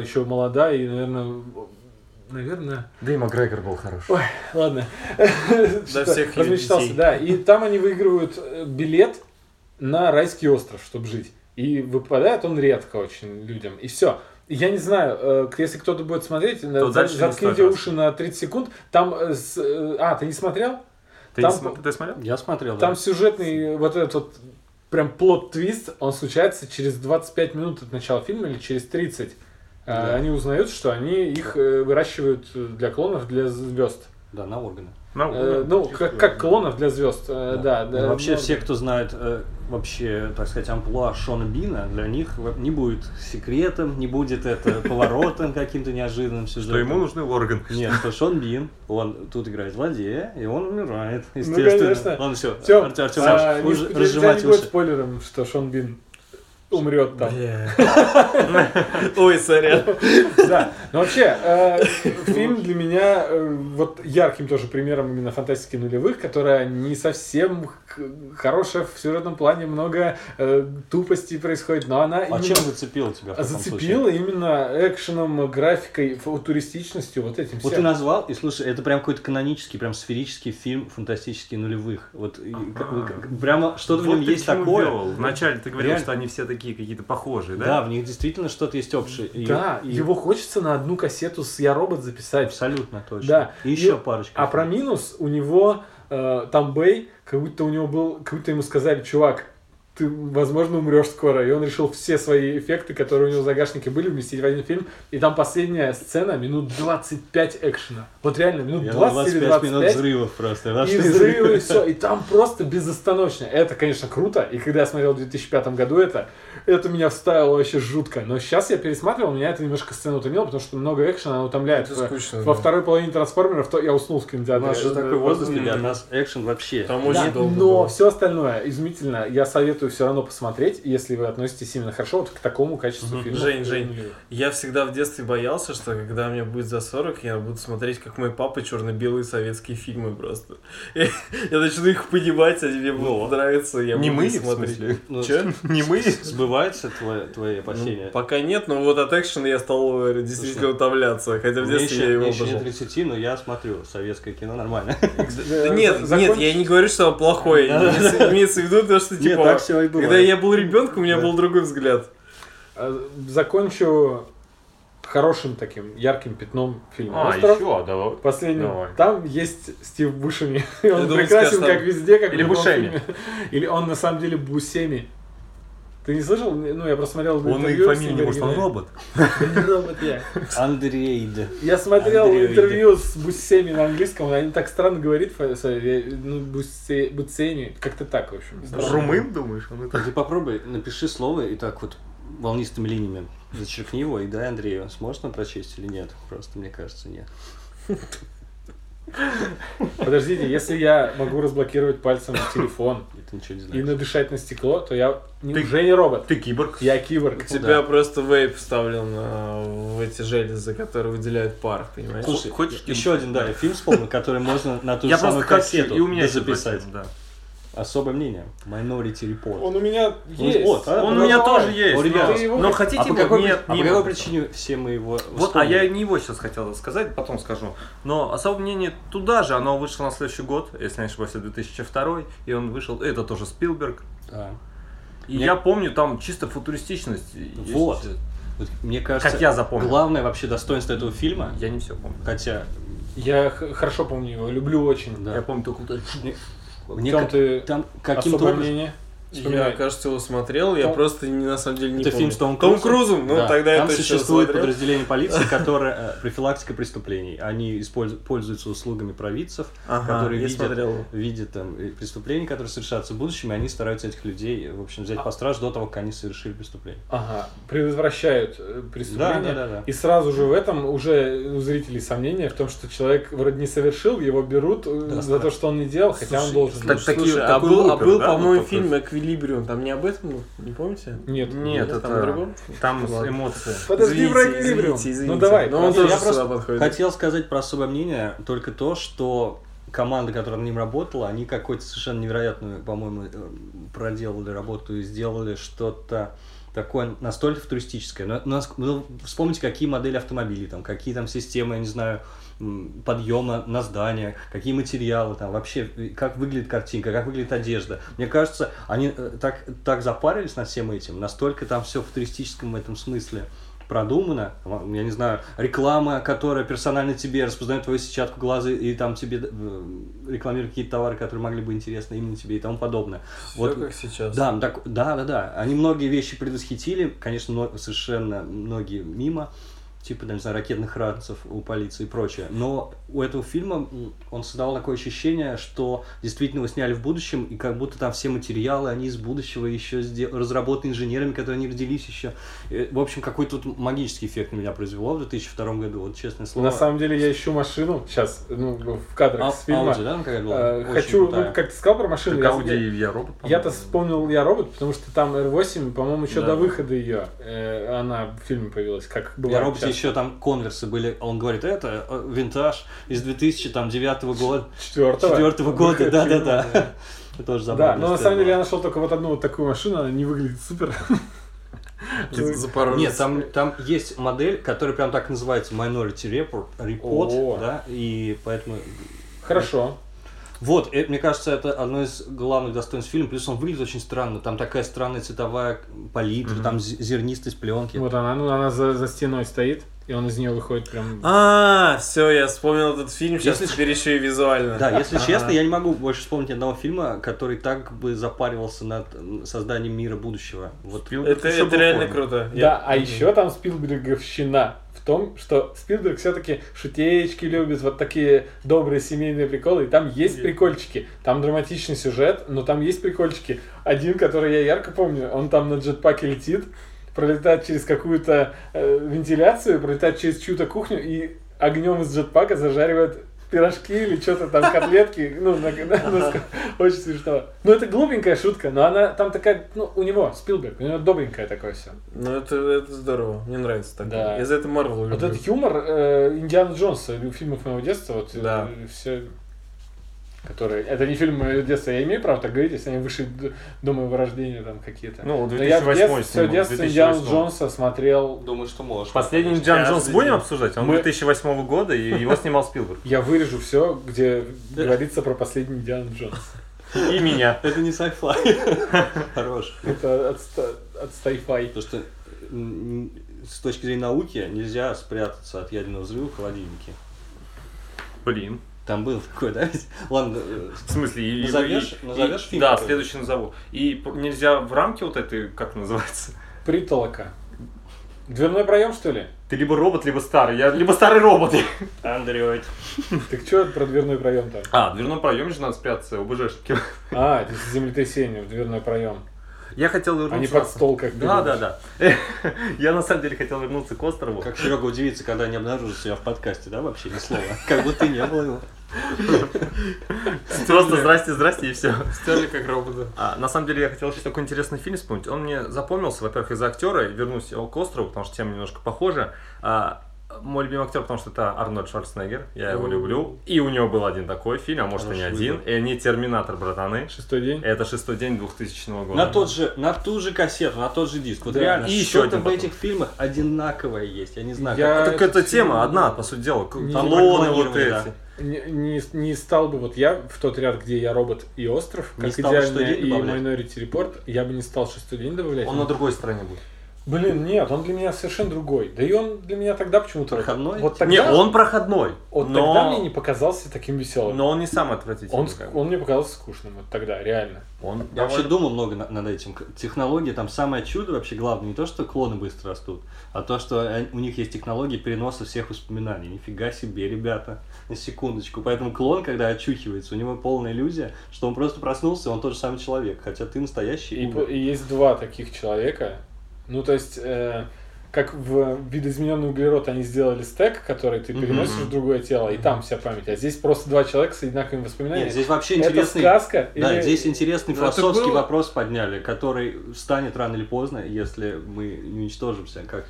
еще молодая и, наверное, наверное,
Да и Макгрегор был хорош.
Ой, ладно, Что-то
всех её
размечтался,
детей.
да, и там они выигрывают э, билет на райский остров, чтобы жить, и выпадает он редко очень людям, и все. Я не знаю, э, если кто-то будет смотреть, э, за-
дальше не
заткните
стоит
уши на 30 секунд. Там, э, с- э, а, ты не смотрел?
Ты,
там-
см- ты смотрел?
Я смотрел, да.
Там сюжетный вот этот вот прям плод-твист, он случается через 25 минут от начала фильма или через 30. А,
Да.
Они узнают, что они их э, выращивают э, для клонов, для звезд.
А, Да, на органы.
Ну,
Э, Ну, как, как клонов для звезд, э, да.
Ну,
да,
вообще
ну,
все, кто знает э, вообще, так сказать, амплуа Шона Бина, для них во- не будет секретом, не будет это поворотом каким-то неожиданным
ну, Что
сюжетом.
ему нужны органы.
Нет, что Шон Бин, он тут играет злодея, и он умирает,
Ну, конечно.
естественно. Он все,
Всё,
Артем,
а, не-
уже
для- для
разжимать
не будет
уши.
спойлером, что Шон Бин умрет там.
Ой, сорян.
Да, но вообще, э, фильм для меня э, вот ярким тоже примером именно фантастики нулевых, которая не совсем х- хорошая в сюжетном плане, много э, тупостей происходит, но она
А
именно А
чем зацепил тебя в таком случае?
зацепила именно экшеном, графикой, футуристичностью, вот этим
Вот ты
всем.
назвал, и слушай, это прям какой-то канонический, прям сферический фильм фантастический нулевых. Вот и как- как- прямо что-то в нем
Вот ты
есть
к чему
такое.
вёл. Вначале ты говорил,
Реально.
что они все такие какие-то похожие,
Да?
да?
в них действительно что-то есть общее. И-
Да,
и-
его хочется на одну кассету с «Я робот» записать.
Абсолютно точно.
Да.
И еще
И-
парочка.
А про минус у него э, там Бэй, как будто у него был, как будто ему сказали, чувак, ты, возможно, умрешь скоро. И он решил все свои эффекты, которые у него в загашнике были, вместить в один фильм. И там последняя сцена, минут 25 экшена. Вот реально, минут
Я
20 или
25 минут
25.
взрывов просто.
А
да,
И
что
взрывы, и все. И там просто безостановочно. Это, конечно, круто. И когда я смотрел в 2005 году это, это меня вставило вообще жутко. Но сейчас я пересматривал, меня это немножко сцена утомила, потому что много экшена, она утомляет.
Это скучно,
Во
да.
второй половине трансформеров то я уснул в
У
кинотеатре.
нас же
Это-
такой возраст, ребят, у нас экшен вообще.
Там
Да,
очень долго
но
было.
все остальное изумительно. Я советую все равно посмотреть, если вы относитесь именно хорошо вот к такому качеству фильма. Э,
Жень, Жень, я всегда в детстве боялся, что когда мне будет за 40, я буду смотреть, как мой папа черно-белые советские фильмы просто. Я начну их понимать, они мне будут нравиться. я
Не
буду
мы,
их
в смысле?
Ну,
Чё?
Не мы.
Сбывается твое, твои
Ну,
опасения?
Пока нет, но вот от экшена я стал э, действительно утомляться, хотя в
Мне
детстве
еще,
я его
мне еще не
обожал.
30, но я смотрю советское кино нормально.
э,
Да нет, нет, я не говорю, что он плохой. Имеется имеется в виду то, что
Нет,
типа...
так всё и бывает.
Когда я был ребенком, у меня был другой взгляд.
Э, Закончу хорошим таким ярким пятном фильма.
А,
«Остров».
еще, давай.
Последний.
Давай.
Там есть Стив Бушеми. И он
думал,
прекрасен,
скажешь, там-
как везде, как в
Или
любом
Бушеми.
фильме. Или он на самом деле Бусеми. Ты не слышал? Ну, я просто смотрел
Он и
интервью с
фамилию
ним
не может, он
оригинальное.
робот.
Робот я.
Андрейд.
Я смотрел
Андрей
интервью с Бусеми на английском, он так странно говорит, фа- со- я- ну, Бусе- Бусеми, как-то так, в общем.
Румын, думаешь? Он это...
А Ты попробуй, напиши слово и так вот волнистыми линиями зачеркни его и дай Андрею. Сможешь нам прочесть или нет? Просто мне кажется, нет.
Подождите, если я могу разблокировать пальцем телефон
Это ничего не
и
значит.
надышать на стекло, то я не-
Ты-
уже не робот.
Ты киборг.
Я
Ну
киборг.
Тебя просто вейп вставлен а, в эти железы, которые выделяют пар, понимаешь?
Слушай, Э, хочешь еще один, да, фильм вспомнил, который можно на ту же
Я просто
самую
хочу,
кассету
и у меня
записать.
записать. Да.
Особое мнение. Minority Report. А
Он у меня есть.
вот, а?
Он у
Ну,
меня
давай.
тоже есть.
О, ребята,
но-
ты его
Но
хоть-
хотите
а по
его?
какой,
Нет,
а по
не
какой
буду.
причине все мы его
Вот, а я
вспомнили?
не его сейчас хотел сказать, потом скажу. Но особое мнение туда же, оно вышло на следующий год, если не ошибаюсь, 2002, и он вышел, это тоже Спилберг.
Да.
И
Мне-
я помню, там чисто футуристичность. есть.
Вот. Вот мне кажется,
Как я запомнил.
главное вообще достоинство этого фильма,
Я не все помню.
хотя,
Я х- хорошо помню его, люблю очень.
да.
Я помню только вот это.
Мне
В чем
как-
ты
там каким-то
особое
образом...
мнение?
Я,
Вспоминай.
кажется, его смотрел, я
Том-
просто не- на самом деле не
Это
помню.
фильм с Томом
Том
Крузом?
Крузом? Ну,
Да.
тогда я
Там
точно
существует
смотрел.
подразделение полиции, которое э, профилактика преступлений. Они использ- пользуются услугами провидцев,
Ага,
которые
я
видят,
смотрел.
видят там и преступления, которые совершатся в будущем, и они стараются этих людей, в общем,
А.
взять по страже до того, как они совершили преступление.
Ага, предотвращают э, преступление.
Да, да, да, да.
И сразу же в этом уже у зрителей сомнения в том, что человек вроде не совершил, его берут э,
Да, да.
за то, что он не делал, хотя он
Слушай,
должен.
слушай,
Так- такие-
слушай, а
такой
был, а
лупер,
был,
да,
по-моему,
вот такой?
фильм «Эквилибриум», там не об этом, был? не помните?
Нет.
Нет,
Там
это-
о другом?
Там
Ладно.
эмоции.
Подожди,
Извините,
про эквилибриум.
извините, извините.
Ну давай.
Но он
подожди,
тоже
я
сюда
просто-
подходит.
Хотел сказать про особое мнение только то, что команда, которая над ним работала, они какую-то совершенно невероятную, по-моему, э, проделали работу и сделали что-то такое настолько туристическое. Но, но ск- ну, вспомните, какие модели автомобилей, там, какие там системы, я не знаю, м, подъема на здание, какие материалы там, вообще, э, как выглядит картинка, как выглядит одежда. Мне кажется, они э, так, так запарились над всем этим, настолько там все в туристическом этом смысле продумано, М, я не знаю, реклама, которая персонально тебе распознает твою сетчатку глаза и там тебе э, рекламирует какие-то товары, которые могли бы интересны именно тебе и тому подобное.
Всё
вот
как сейчас.
да, ну так, да, да, да. Они многие вещи предвосхитили, конечно, мно- совершенно многие мимо, типа, там, не знаю, ракетных ранцев у полиции и прочее. Но у этого фильма м, он создавал такое ощущение, что действительно его сняли в будущем, и как будто там все материалы, они из будущего еще сде- разработаны инженерами, которые не родились еще. Э, В общем, какой-то вот магический эффект на меня произвело в 2002 году, вот честное слово.
На самом деле я ищу машину сейчас, ну, в кадрах
А-
с фильма.
Audi, да, она какая была?
Э,
Очень
Хочу,
крутая.
ну, как ты сказал про машину,
Так
я-
Ауди
я-
и я робот. по-моему.
Я-то вспомнил Я робот, потому что там R8, по-моему, еще
Да.
до выхода ее она в фильме появилась, как
Я
бывает.
роботе еще там конверсы были. а Он говорит, это э, винтаж из 2009 года.
четвертого.
Четвертого года, да, да, да. Это тоже
Да,
забавно.
но на самом деле я нашел только вот одну вот такую машину, она не выглядит супер.
Ты запоролся.
Нет, там, там есть модель, которая прям так и называется Minority Report,
О.
Report да, и поэтому...
Хорошо.
Вот, э, мне кажется, это одно из главных достоинств фильма, плюс он выглядит очень странно, там такая странная цветовая палитра, там зе- зернистость пленки.
Вот она, ну она за, за стеной стоит, и он из нее выходит прям.
А, все, я вспомнил этот фильм, сейчас
Если-
теперь еще и визуально.
Да, если
Ага.
честно, я не могу больше вспомнить одного фильма, который так бы запаривался над м, созданием мира будущего. Вот
Спилберг
Это,
ещё
это
был
реально
помню.
круто.
Да,
Я-
а еще там Спилберговщина в том, что Спилберг все-таки шутеечки любит, вот такие добрые семейные приколы, и там есть прикольчики. Там драматичный сюжет, но там есть прикольчики. Один, который я ярко помню, он там на джетпаке летит, пролетает через какую-то э, вентиляцию, пролетает через чью-то кухню и огнем из джетпака зажаривает пирожки или что-то там, котлетки. Ну, на- на- на- очень смешно. Ну, это глупенькая шутка, но она там такая, ну, у него, Спилберг, у него добренькое такое все.
Ну, это, это здорово. Мне нравится такое.
Да.
Я за это Марвел люблю.
Вот этот юмор э, Индиана Джонса, э, фильмов моего детства, вот
Да.
все, которые... Это не фильм моего детства, я имею право так говорить, если они выше д- до моего рождения там какие-то.
Ну,
Но я в
2008
детстве,
снимал.
все детство
2008.
Индиану Джонса смотрел...
Думаю, что можешь.
Последний Индиан Джонс
Каждый
будем
день.
обсуждать? Он
Мы-
2008 года, и его снимал Спилберг.
Я вырежу все, где говорится про последний Индиану Джонс.
И меня.
Это не сайфай. Хорош.
Это от, ста- от Стайфай.
Потому что м, с точки зрения науки нельзя спрятаться от ядерного взрыва в холодильнике.
Блин.
Там был такой, да? ведь? Ладно, э,
В смысле, и-
Назовешь-
и-
назовешь
и-
фильм,
Да,
который-
следующий назову. И п- нельзя в рамке вот этой, как называется?
Притолока. Дверной проем, что ли?
Ты либо робот, либо старый. Я либо старый робот.
Андреоид.
Так что про дверной проем там?
А, в дверном проеме же надо спрятаться, убежишь.
А, землетрясение в дверной проем.
Я хотел вернуться...
Они
на-
под стол как
Да,
ты
да, да. Я на самом деле хотел вернуться к острову.
Как Серега удивится, когда не обнаружит себя в подкасте, да, вообще ни слова? Как будто и не было его.
Просто здрасте, здрасте и все.
Стерли как робота.
А, на самом деле я хотел еще такой интересный фильм вспомнить. Он мне запомнился, во-первых, из-за актера. И Вернусь я к острову, потому что тема немножко похожа. А, мой любимый актер, потому что это Арнольд Шварценеггер. Я его
О.
люблю. И у него был один такой фильм, а может и не
Хороший
один.
выбор.
И они Терминатор, братаны.
Шестой день.
Это шестой день 2000 года.
На тот же, на ту же кассету, на тот же диск. Вот
Да.
реально,
И
что-то
еще один
в
потом.
этих фильмах одинаковое есть. Я не знаю, как
Я-
Так
этот
эта
фильм-
тема одна, по сути дела. К-
Не
Талоны вот
проклонировали, да.
эти.
Не, не- не стал бы, вот я в тот ряд, где я робот и остров,
Не
как
стал бы
идеальная
шестой день
и
добавлять?
Minority Report, я бы не стал шестой день добавлять.
Он на другой стороне будет.
Блин, нет, он для меня совершенно другой. Да и он для меня тогда почему-то...
Проходной?
Вот
Не,
тогда,
он проходной.
вот
но...
тогда мне не показался таким веселым.
но он не самый отвратительный.
Он,
как бы.
он мне показался скучным вот тогда, реально.
Он
Я вообще
довольно-
думал много на- над этим. К- Технологии, там самое чудо вообще главное не то, что клоны быстро растут, а то, что он- у них есть технологии переноса всех воспоминаний. Нифига себе, ребята, на секундочку. Поэтому клон, когда очухивается, у него полная иллюзия, что он просто проснулся, и он тот же самый человек, хотя ты настоящий.
И,
умер.
по- и есть два таких человека. Ну, то есть, э, как в видоизмененный углерод они сделали стек, который ты
Мгм.
переносишь в другое тело, и там вся память. А здесь просто два человека с одинаковыми воспоминаниями.
Нет, здесь вообще
Это
интересный...
сказка?
Да,
или-
здесь интересный
Ну, это
философский
было-
вопрос подняли, который встанет рано или поздно, если мы не уничтожимся как,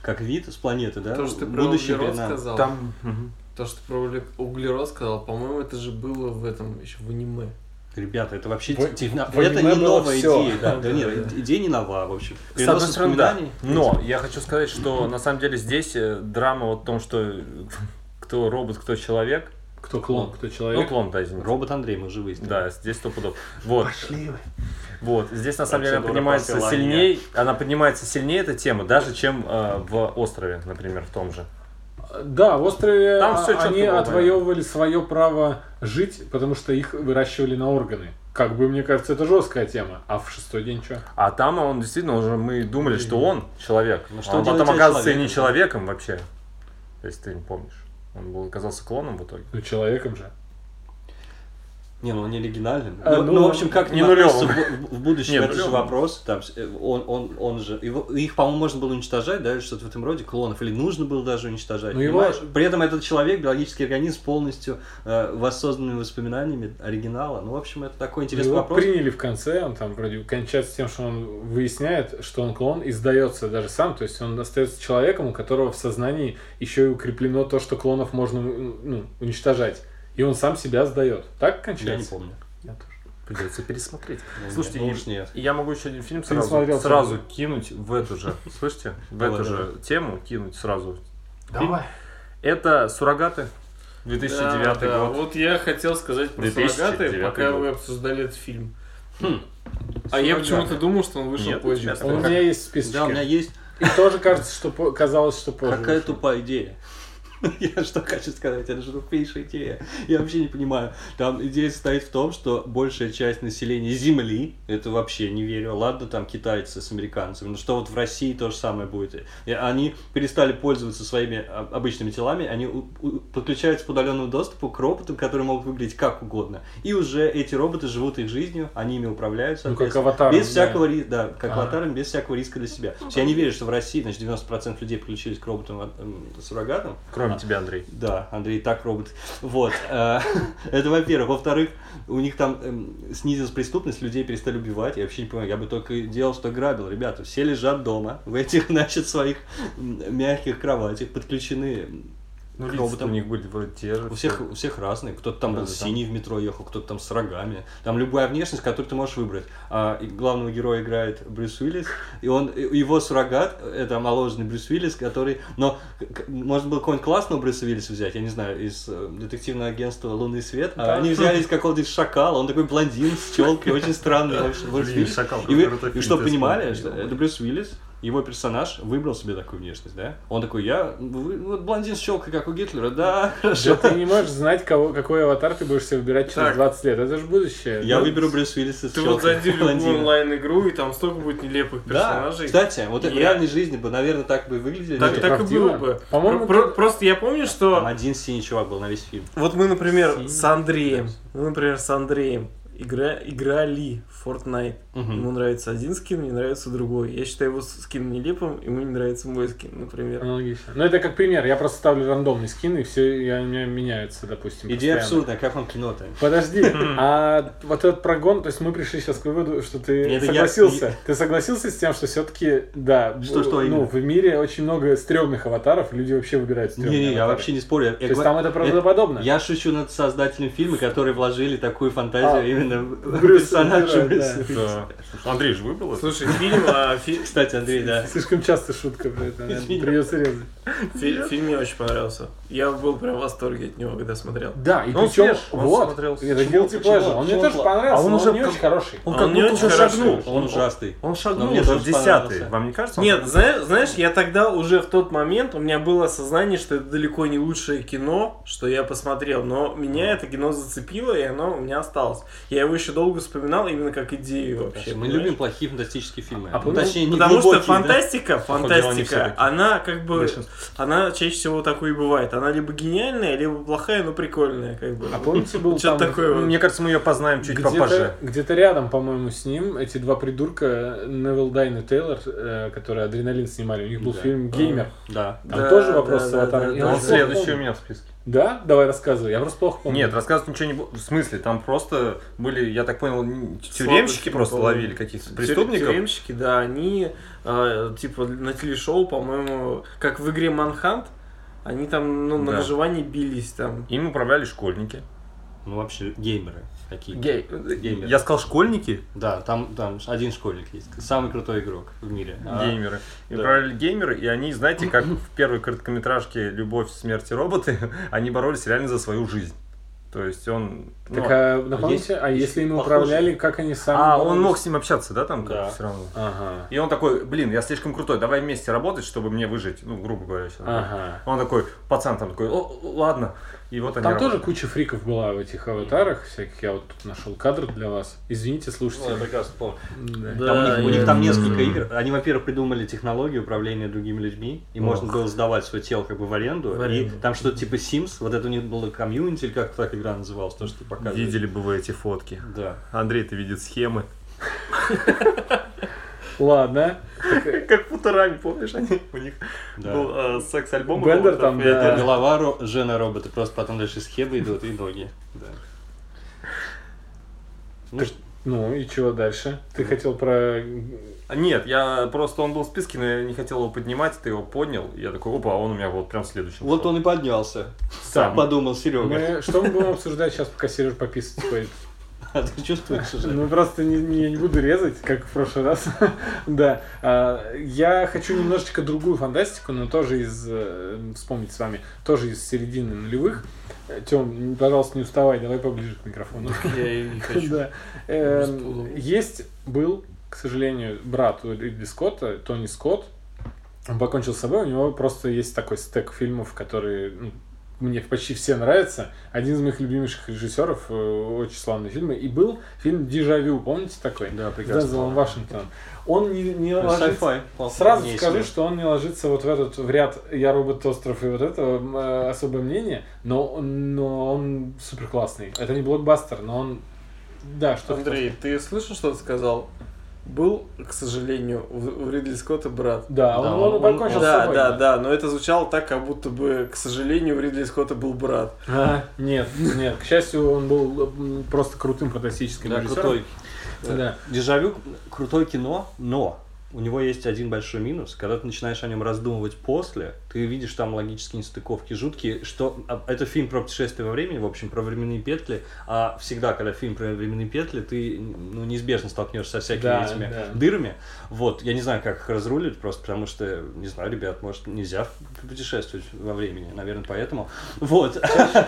как вид с планеты, да?
То, что ты про
Будущее
углерод
перед нами.
сказал,
Там... мгм.
то, что ты про угле- углерод сказал, по-моему, это же было в этом еще в аниме.
Ребята, это вообще
Вы-
техно-
вы
это
аниме
не
было
новая
всё.
идея. Да, да
Да,
нет,
да.
идея не нова, в общем.
С одной
Перенос
стороны, да.
воспоминаний, в
Но
принципе.
я хочу сказать, что на самом деле здесь э, драма вот в том, что э, кто робот, кто человек.
Кто клон, кто
Ну,
человек.
клон, да, извините.
Робот Андрей, мы уже выяснили.
Да, здесь сто пудов. Вот.
Пошли вы.
Вот, здесь на самом деле она
Процедура
поднимается
попилания.
сильнее, она поднимается сильнее эта тема, даже чем э, в острове, например, в том же.
Да, в острове
Там
а,
всё чётко
они
было,
отвоевывали свое право жить, потому что их выращивали на органы. Как бы, мне кажется, это жесткая тема. А в шестой день что?
А там он действительно уже мы думали, что он человек,
Ну,
а
что
он
делать
потом
тебя
оказывается и не
человеком?
человеком вообще, если ты не помнишь. Он был оказался клоном в итоге.
Ну, человеком же.
Не, ну он не оригинальный.
А,
ну,
ну,
ну, в общем, как
Э,
не
не
относится
нулевым.
в, в- в будущем
Не,
это же
нулевым.
вопрос. Там, с- э, он, он, он же. его- их, по-моему, можно было уничтожать, да, или что-то в этом роде, клонов, или нужно было даже уничтожать.
Ну, его-
понимаешь? При этом этот человек, биологический организм, полностью э, воссозданными воспоминаниями оригинала. Ну, в общем, это такой интересный
Его
вопрос.
приняли в конце, он там вроде кончается тем, что он выясняет, что он клон, и сдается даже сам, то есть он остается человеком, у которого в сознании еще и укреплено то, что клонов можно ну, уничтожать. И он сам себя сдает. Так
Я не
кончается?
помню.
Придется пересмотреть.
Ну,
Слушайте,
ну
и-
уж нет.
и я могу еще один фильм
Ты не
сразу,
смотрел,
сразу
правда?
кинуть в эту же, слышите, в
Давай,
эту же
давай.
тему кинуть сразу. Давай. Это «Суррогаты» 2009
Да, да,
год.
Вот я хотел сказать про
2009
суррогаты, пока
год.
вы обсуждали этот фильм.
Хм.
А я
Суррогаты.
почему-то думал, что он вышел
Нет, у тебя
позже.
с-
Он у меня есть в списке.
Да, у меня есть
И тоже кажется, что по- казалось, что позже.
Какая
вышло.
тупая идея. Я что хочу сказать, это же тупейшая идея. Я вообще не понимаю. Там идея состоит в том, что большая часть населения Земли, это вообще не верю, ладно, там китайцы с американцами, но что вот в России то же самое будет. И они перестали пользоваться своими а, обычными телами, они у- у- подключаются по удаленному доступу к роботам, которые могут выглядеть как угодно. И уже эти роботы живут их жизнью, они ими управляются.
Ну, как аватар.
Без всякого риска, да, как
Ага.
аватаром, без всякого риска для себя. То есть я не верю, что в России, значит, 90% людей подключились к роботам а, м, суррогатам.
Кроме тебя, Андрей.
Да, Андрей и так робот. Вот. э, Это во-первых. Во-вторых, у них там эм, снизилась преступность, людей перестали убивать. Я вообще не понимаю, я бы только делал, что грабил. Ребята, все лежат дома в этих, значит, своих м, мягких кроватях, подключены
Ну,
к
лица
роботам.
у них были вот те же.
У всех, у всех разные. Кто-то там был
Да, да, да.
синий в метро ехал, кто-то там с рогами. Там любая внешность, которую ты можешь выбрать. А и главного героя играет Брюс Уиллис, и он и его суррогат, это омоложенный Брюс Уиллис, который... Но к- к- можно было какого-нибудь классного Брюса Уиллиса взять, я не знаю, из э, детективного агентства «Лунный свет», а
Да.
они взяли из какого-то из шакала, он такой блондин с челкой, очень странный. в общем, Брюс
Блин,
Уиллис.
«Шакал»,
И вы-
какой крутой
и
фильм,
что,
ты
понимали,
вспомнил.
что это Брюс Уиллис, его персонаж выбрал себе такую внешность, да? Он такой, я вы- вот блондин с челкой, как у Гитлера, да, хорошо.
Да ты не можешь знать, кого, какой аватар ты будешь себе выбирать через
Так.
20 лет. Это же будущее.
Я
Ну,
выберу Брюс Уиллиса с
Ты вот
челкой
зайди в
блондина.
любую онлайн-игру, и там столько будет нелепых
Да,
персонажей.
кстати, вот в
Я-
реальной жизни бы, наверное, так бы и выглядели.
Так,
Там
так и
правдиво.
было бы.
По-моему,
Про-
ты-
Просто я помню, что
один синий чувак был на весь фильм.
Вот мы, например,
Синий.
с Андреем. Мы, например, с Андреем игра, играли в Fortnite.
Мгм.
Ему нравится один скин, мне нравится другой. Я считаю его скин нелепым, ему не нравится мой скин, например.
Аналогично. Но это как пример. Я просто ставлю рандомный скин, и все я, у меня меняются, допустим.
Идея
постоянно.
абсурдная, как вам кино-то?
Подожди, а вот этот прогон, то есть мы пришли сейчас к выводу, что ты
Это я-
согласился. Ты согласился с тем, что все-таки, да, б-
Что- что
ну,
именно?
в мире очень много стрёмных аватаров, и люди вообще выбирают стрёмные
Не-не, я
аватары.
вообще не спорю. я- я
То есть
говорю-
там это правдоподобно?
Я шучу над создателем фильма, которые вложили такую фантазию
А,
именно в
Брюса
персонажа
выбирают,
Брюса.
Да. Андрей же выбрал это.
Слушай, фильм, а, фи-
Кстати, Андрей, да.
Слишком часто шутка про это,
Извини.
придется резать.
фи- фильм мне очень понравился. Я был прям в восторге от него, когда смотрел.
Да, и
Ну, Он
причем-
свеж, он
вот,
смотрелся.
это
Чего-
guilty
чего-
pleasure. Он мне
чего
тоже
пла-
понравился,
А он
но
уже
он не
как-
очень хороший.
Он
А
как
он не
будто
очень
уже
хороший.
шагнул.
Он ужасный.
Он
ну,
шагнул
мне
уже в
тоже понравился.
Ну, десятый. Вам не кажется? он
Нет, знаешь, знаешь, я тогда уже в тот момент, у меня было осознание, что это далеко не лучшее кино, что я посмотрел, но меня это кино зацепило, и оно у меня осталось. Я его еще долго вспоминал именно как идею вообще.
Мы
понимаешь?
любим плохие фантастические фильмы.
А
Ну, Точнее, не
Потому что
глубокие, да.
фантастика,
Походу, дела не
фантастика,
всё-таки.
она как бы,
Большинство.
она чаще всего такой и бывает. Она либо гениальная, либо плохая, но прикольная, как бы.
А помните, был
Чё
там...
такое вот?
Мне кажется, мы ее познаем чуть попозже.
Где-то, где-то рядом, по-моему, с ним эти два придурка, Невил Дайн и Тейлор, э, которые адреналин снимали, у них был
Да.
фильм «Геймер».
Да.
Там
Да,
тоже вопрос
да,
с
да,
аватаром.
да,
Я
да.
Он
просто плохо
следующий у
помню.
меня в списке.
Да? Давай рассказывай. Я просто плохо помню.
Нет, рассказывать ничего не буду. В смысле, там просто были, я так понял, н- тюремщики
фильм,
просто
по-моему.
ловили каких-то
Тюре-
преступников.
Тюремщики, да, они э, типа на телешоу, по-моему, как в игре Манхант, они там ну, на
Да.
выживание бились там.
Им управляли школьники.
Ну, вообще, геймеры какие.
Гей.
Геймеры.
Я сказал школьники,
Да, там, там один школьник есть. Самый крутой игрок в мире. А,
геймеры. Им
да.
управляли геймеры, и они, знаете, как в первой короткометражке «Любовь, смерть и роботы», они боролись реально за свою жизнь. То есть он... ну,
Так, а, напомните,
есть-
а
есть
если им
похожие.
управляли, как они сами...
а, он
боролись?
мог с ним общаться, да, там
Да.
все равно?
Ага.
И он такой, блин, я слишком крутой, давай вместе работать, чтобы мне выжить. Ну, грубо говоря, сейчас.
Ага.
Он такой, пацан там такой, «О, ладно. И вот они
Там тоже
работали.
куча фриков была в этих аватарах всяких. Я вот тут нашел кадр для вас. Извините, слушайте.
Ну, прекрасно помню.
Да,
Там у, них, у них
я-
там несколько игр. Они, во-первых, придумали технологию управления другими людьми, и можно было сдавать свое тело как бы в аренду.
В
И
аренду.
там что-то типа Sims, вот это у них было комьюнити, или как так игра называлась, то, что показывали.
Видели бы вы эти фотки.
Да.
Андрей, ты видит схемы.
Ладно.
Как футурами, помнишь, они, у них
Да.
Ну,
Э,
был э, секс-альбом.
Бендер
был,
там,
я-
да.
Голова ро- жена робота, просто потом дальше схемы идут и ноги. Да. Ну, что-
Ну и чего дальше? Ты хотел про...
А, Нет, я просто, он был в списке, но я не хотел его поднимать, ты его поднял. и Я такой, опа, а он у меня вот прям следующий.
вот он и поднялся.
Сам.
Подумал, Серега.
Мы... Что мы будем обсуждать сейчас, пока Сереж пописать ходит?
Ну.
А ты чувствуешь уже?
Ну просто не, не- я не буду резать, как в прошлый раз. да. А, я хочу немножечко другую фантастику, но тоже из э, вспомнить с вами, тоже из середины нулевых. Тем, пожалуйста, не уставай, давай поближе к микрофону.
Я и не хочу.
Да. Эм,
стула.
Есть, был, к сожалению, брат у Ридли Скотта, Тони Скотт. Он покончил с собой, у него просто есть такой стек фильмов, которые ну, мне почти все нравятся. Один из моих любимейших режиссеров, э, очень славные фильмы. И был фильм «Дежавю», помните такой?
Да,
С
прекрасно.
Дензелом Вашингтоном. Он не, не ложится...
Ну, Sci-fi.
Сразу
Вполне
скажу,
себе.
что он не ложится вот в этот в ряд «Я робот остров» и вот это э, особое мнение, но, он- но он супер классный. Это не блокбастер, но он... Да, что
Андрей, ты слышал, что ты сказал? Был, к сожалению, у у Ридли Скотта брат.
Да, он,
Да,
он,
он-
покончил с
Да,
собой.
да, да, но это звучало так, как будто бы, к сожалению, у Ридли Скотта был брат.
А, нет, нет, к счастью, он был м, просто крутым фантастическим
Да,
режиссером.
крутой.
Да.
Дежавю крутое кино, но у него есть один большой минус. Когда ты начинаешь о нем раздумывать после, ты видишь там логические нестыковки жуткие, что а, это фильм про путешествие во времени, в общем, про временные петли, а всегда, когда фильм про временные петли, ты ну, неизбежно столкнешься со всякими
Да,
этими
да.
дырами. Вот, я не знаю, как их разрулить, просто потому что, не знаю, ребят, может, нельзя путешествовать во времени, наверное, поэтому. Вот.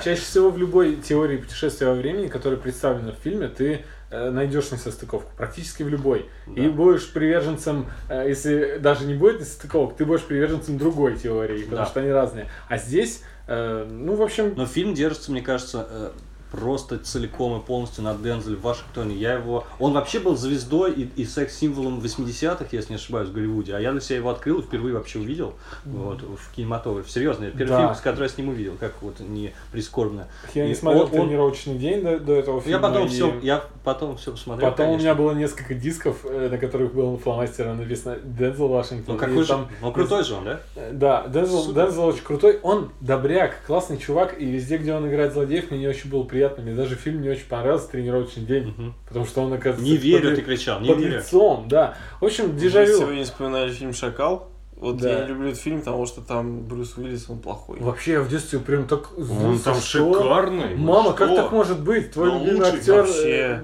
Чаще всего в любой теории путешествия во времени, которая представлена в фильме, ты э, найдешь несостыковку. Практически в любой. И
Да.
будешь приверженцем, э, если даже не будет несостыковок, ты будешь приверженцем другой теории, потому
Да.
что они разные. А здесь, э, ну, в общем,
Но фильм держится, мне кажется, э, просто целиком и полностью на Дензель в Вашингтоне. Я его... Он вообще был звездой и, и секс-символом 80-х, если не ошибаюсь, в Голливуде. А я для себя его открыл и впервые вообще увидел вот, в кинематографе. Серьезно, это первый
Да.
фильм, который я с ним увидел, как вот не прискорбно.
Я не
И
смотрел
он- он-
тренировочный день до, до этого фильма.
я потом
Ну и
все, я потом все посмотрел.
Потом у
конечно.
меня было несколько дисков, э, на которых было фломастером написано Дензел Вашингтон.
Ну,
И
какой же...
там-
Ну, крутой же он, да?
Э, Да, Дензел,
Супер.
Дензел очень крутой. Он добряк, классный чувак, и везде, где он играет злодеев, мне не очень было приятно. Мне даже фильм не очень понравился «Тренировочный день»,
Мгм.
потому что он, оказывается,
Не верю,
под-
ты кричал, не
под
верю.
лицом, да. В общем,
Мы
дежавю.
сегодня вспоминали фильм «Шакал». Вот
Да.
я не люблю этот фильм, потому что там Брюс Уиллис, он плохой.
Вообще, я в детстве прям так...
Он
сдулся,
там
что?
шикарный.
Мама,
Ну
как
Что?
так может быть? Твой
Он
любимый
лучший
актер... э,
вообще.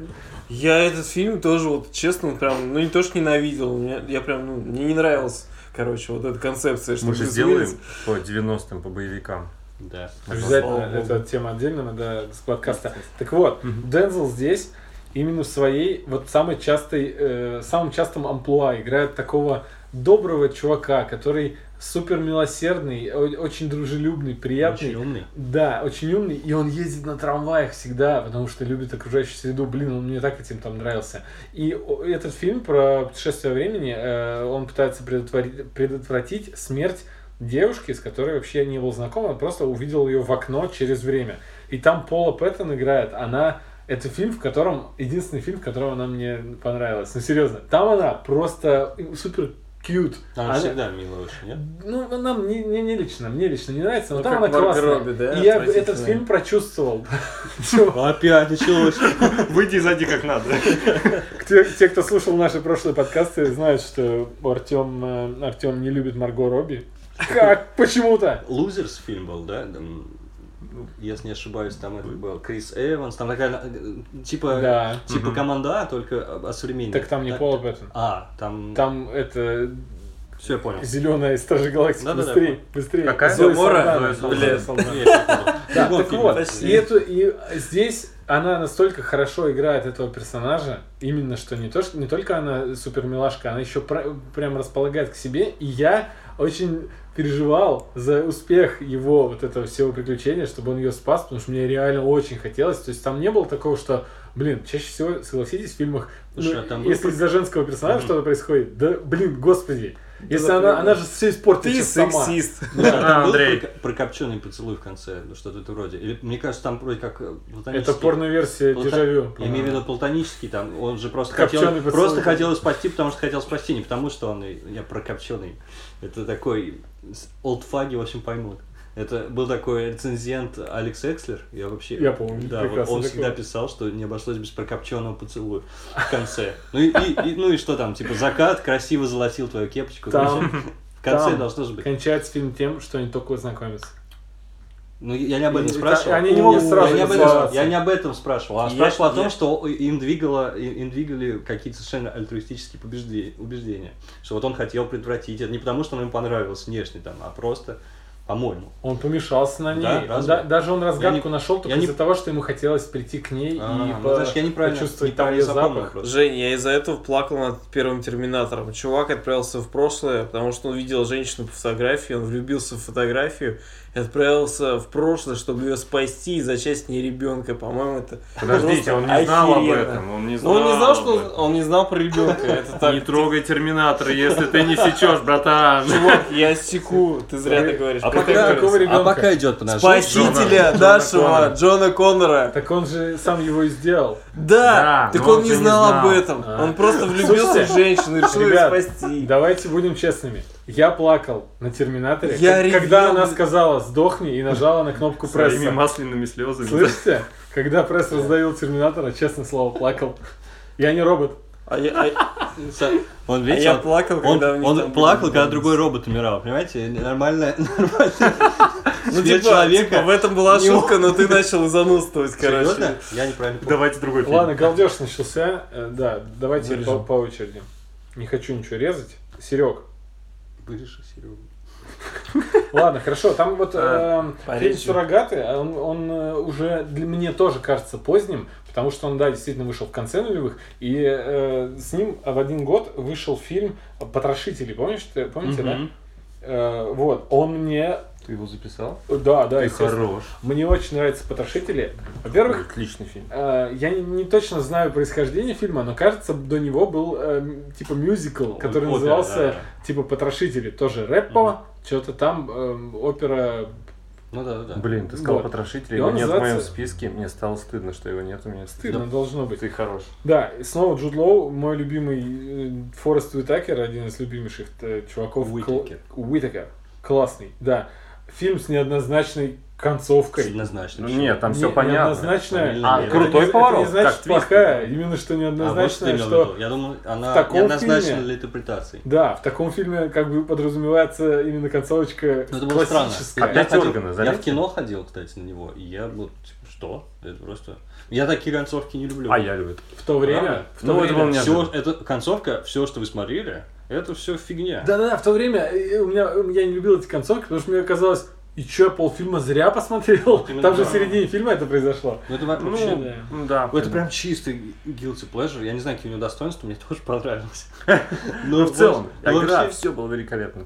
Я этот фильм тоже, вот честно, прям, ну не то, что ненавидел, мне- я прям, ну, мне не нравилась, короче, вот эта концепция, что
Мы же
Брюс Уиллис-
сделаем по 90-м, по боевикам.
Да.
Обязательно,
Слава
это тема отдельно, надо с подкаста. Так вот, Дензел здесь именно в своей, вот самой частой, э, самом частом амплуа играет такого доброго чувака, который супер милосердный, о- очень дружелюбный, приятный.
Очень умный.
Да, очень умный, и он ездит на трамваях всегда, потому что любит окружающую среду. Блин, он мне так этим там нравился. И о- этот фильм про путешествие во времени, э, он пытается предотвратить, предотвратить смерть девушки, с которой вообще не был знаком, он просто увидел ее в окно через время. И там Пола Пэттон играет, она... Это фильм, в котором... Единственный фильм, в котором она мне понравилась. Ну, серьезно. Там она просто супер кьют.
Она
Она-
всегда милая очень, нет?
ну, нам не, не, не лично, мне лично не нравится, но
Ну,
там
как
она
Марго
классная.
Робби, да,
и я
отвратительная.
этот фильм прочувствовал.
Опять началось.
Выйди и зайди как надо.
Те, те, кто слушал наши прошлые подкасты, знают, что Артем, Артем не любит Марго Робби. Как? Почему-то.
Лузерс фильм был, да? Там, если не ошибаюсь, там это был Крис Эванс, там такая, э, типа,
Да.
типа
Мгм.
команда А, только о- о современной.
Так там не
Та-
Пола Пэттон.
А, там...
Там это
Все, я понял.
зеленая стражи галактики.
Да-да-да,
быстрее,
понял.
быстрее.
Какая?
Зоя
Замора?
Салдана.
Зоя
Зоя
Салдана.
Салдана.
Я понял.
Да,
Другой
так
фильм.
вот,
Почти.
и, эту, и здесь она настолько хорошо играет этого персонажа, именно что не, то, что не только она супер милашка, она еще пр- прям располагает к себе, и я очень переживал за успех его вот этого всего приключения, чтобы он ее спас, потому что мне реально очень хотелось. То есть там не было такого, что, блин, чаще всего, согласитесь, в фильмах, ну,
Слушай, а там был
если
про-
из-за женского персонажа
Мгм.
что-то происходит, да, блин, господи, если
да,
она,
ты-
она же все испортит
Ты
сейчас сама.
сексист.
Слушай, а там
А,
был
Андрей.
прика- прокопченный поцелуй в конце, ну, что-то это вроде. Или, мне кажется, там вроде как э,
Это
платонический-
порно-версия
Плата-
дежавю.
Я имею в виду платонический, там, он же просто
Копченый
хотел,
поцелуй.
просто хотел спасти, потому что хотел спасти, не потому что он, и- я прокопченый. Это такой, с- олдфаги, в общем, поймут. Это был такой рецензент Алекс Экслер, я вообще...
Я помню,
Да, вот он
прекрасно такой.
всегда писал, что не обошлось без прокопченного поцелуя в конце. Ну и, и- и- ну и что там, типа, закат красиво золотил твою кепочку.
Там-
в конце
там
должно же быть.
Кончается фильм тем, что они только знакомятся.
Ну, я не об этом
И- и
спрашивал.
та- они не могут
Я
сразу
не об этом-
целоваться.
Я не об этом спрашивал, а
Я-
спрашивал о том,
я-
что им, двигало, им им двигали какие-то совершенно альтруистические побежде- убеждения. Что вот он хотел предотвратить это не потому, что он им понравился внешне, там, а просто, по-моему.
Он помешался на ней.
Да,
Он
разве?
да- даже он разгадку
не-
нашел только
я не-
из-за того, что ему хотелось прийти к ней
А,
и
ну,
по-
значит, я неправильно
почувствовать там
неправильно
ее
запомнил
запах.
просто.
Жень, я из-за этого плакал над первым Терминатором. Чувак отправился в прошлое, потому что он видел женщину по фотографии, он влюбился в фотографию и отправился в прошлое, чтобы ее спасти и зачесть с ней ребенка. По-моему, это
Подождите,
просто
он не знал об
охеренно.
этом. Он не
Но
знал,
Ну, он не знал, что
об
он, он не знал про ребенка. Это
этом. Не
так.
трогай терминатора, если ты не сечешь, братан.
Чувак, я секу, ты зря так говоришь.
А
пока-
пока,
какого ребенка?
идет, подожди.
Спасителя
Джона- Джона
нашего
Коннора.
Джона Коннора.
Так он же сам его и сделал.
Да,
Да, так
но
он
он
не
же не
знал об
знал.
этом.
А.
Он просто влюбился в
Слушайте,
женщину и решил ее
ребят,
спасти.
Давайте будем честными. Я плакал на Терминаторе,
Я
как-
ревел.
когда она сказала «сдохни» и нажала на кнопку
Своими
пресса.
масляными слезами.
Слышите? Когда пресс раздавил Терминатора, честное слово, плакал. Я не робот.
А я- а-
Он,
А
видите,
я
он-
плакал,
он,
когда у них
он
там
плакал,
были
когда
проблемы.
другой робот умирал, понимаете? Нормально, нормально.
Ну,
Смерть
типа,
человека.
типа, в этом была
не
шутка, но ты начал занудствовать,
Серьезно?
короче.
Я неправильно понял.
Давайте другой фильм.
Ладно, галдеж начался. Э, Да, давайте по,
Вырежем.
по очереди. Не хочу ничего резать. Серег.
Вырежи, Серега.
Ладно, хорошо. Там вот
А,
эм, фильм
порежем.
«Суррогаты», а он, он, э, уже для мне тоже кажется поздним, потому что он, да, действительно вышел в конце нулевых, и э, с ним в один год вышел фильм «Потрошители», помнишь, ты- помните, да?
Мгм.
Э, вот, он мне
Ты его записал?
Да, да,
Ты
естественно.
хорош.
Мне очень нравятся «Потрошители». Во-первых,
Отличный фильм.
Э, Я не, не точно знаю происхождение фильма, но кажется, до него был э, м, типа мюзикл, который
опера,
назывался
да,
типа Потрошители, тоже рэпо, что-то там эм, опера.
Ну да, да, да.
Блин, ты сказал
Вот.
потрошителя,
И
его
он
нет в
называется-
моем списке. Мне стало стыдно, что его нет у меня.
Стыдно ну, должно быть.
Ты хорош.
Да, и снова Джуд Лоу, мой любимый э, Форест Уитакер, один из любимейших э, чуваков. Кл-
Уитакер.
Уитакер. Классный, да. Фильм с неоднозначной концовкой.
Однозначно.
Ну, нет, там все
Не-
понятно.
Неоднозначная.
А,
Это
крутой
не- это
поворот,
не значит
как твист.
плохая, именно что
А вот что ты
неоднозначная,
имел в
что
виду. Я думаю,
в
она
таком
неоднозначна
фильме-
для интерпретации.
Да, в таком фильме как бы подразумевается именно концовочка
Ну, это было странно.
классическая.
Опять
ходил-
органы,
я
заметьте.
в кино ходил, кстати, на него, и я был, типа, что? Это просто... Я такие концовки не люблю.
А я люблю.
В то время...
Правда?
в то
Ну, это
время-
было неожиданно.
Все, это концовка, все, что вы смотрели, это все фигня.
Да-да-да, в то время э, у меня, я не любил эти концовки, потому что мне казалось, и чё, я полфильма зря посмотрел?
именно
Там же
да.
в середине фильма это произошло.
Ну, это вообще...
Ну,
да.
м, да.
это прям чистый guilty pleasure. Я не знаю, какие у него достоинства, мне тоже понравилось.
Ну, в целом,
вообще-
игра, все было великолепно.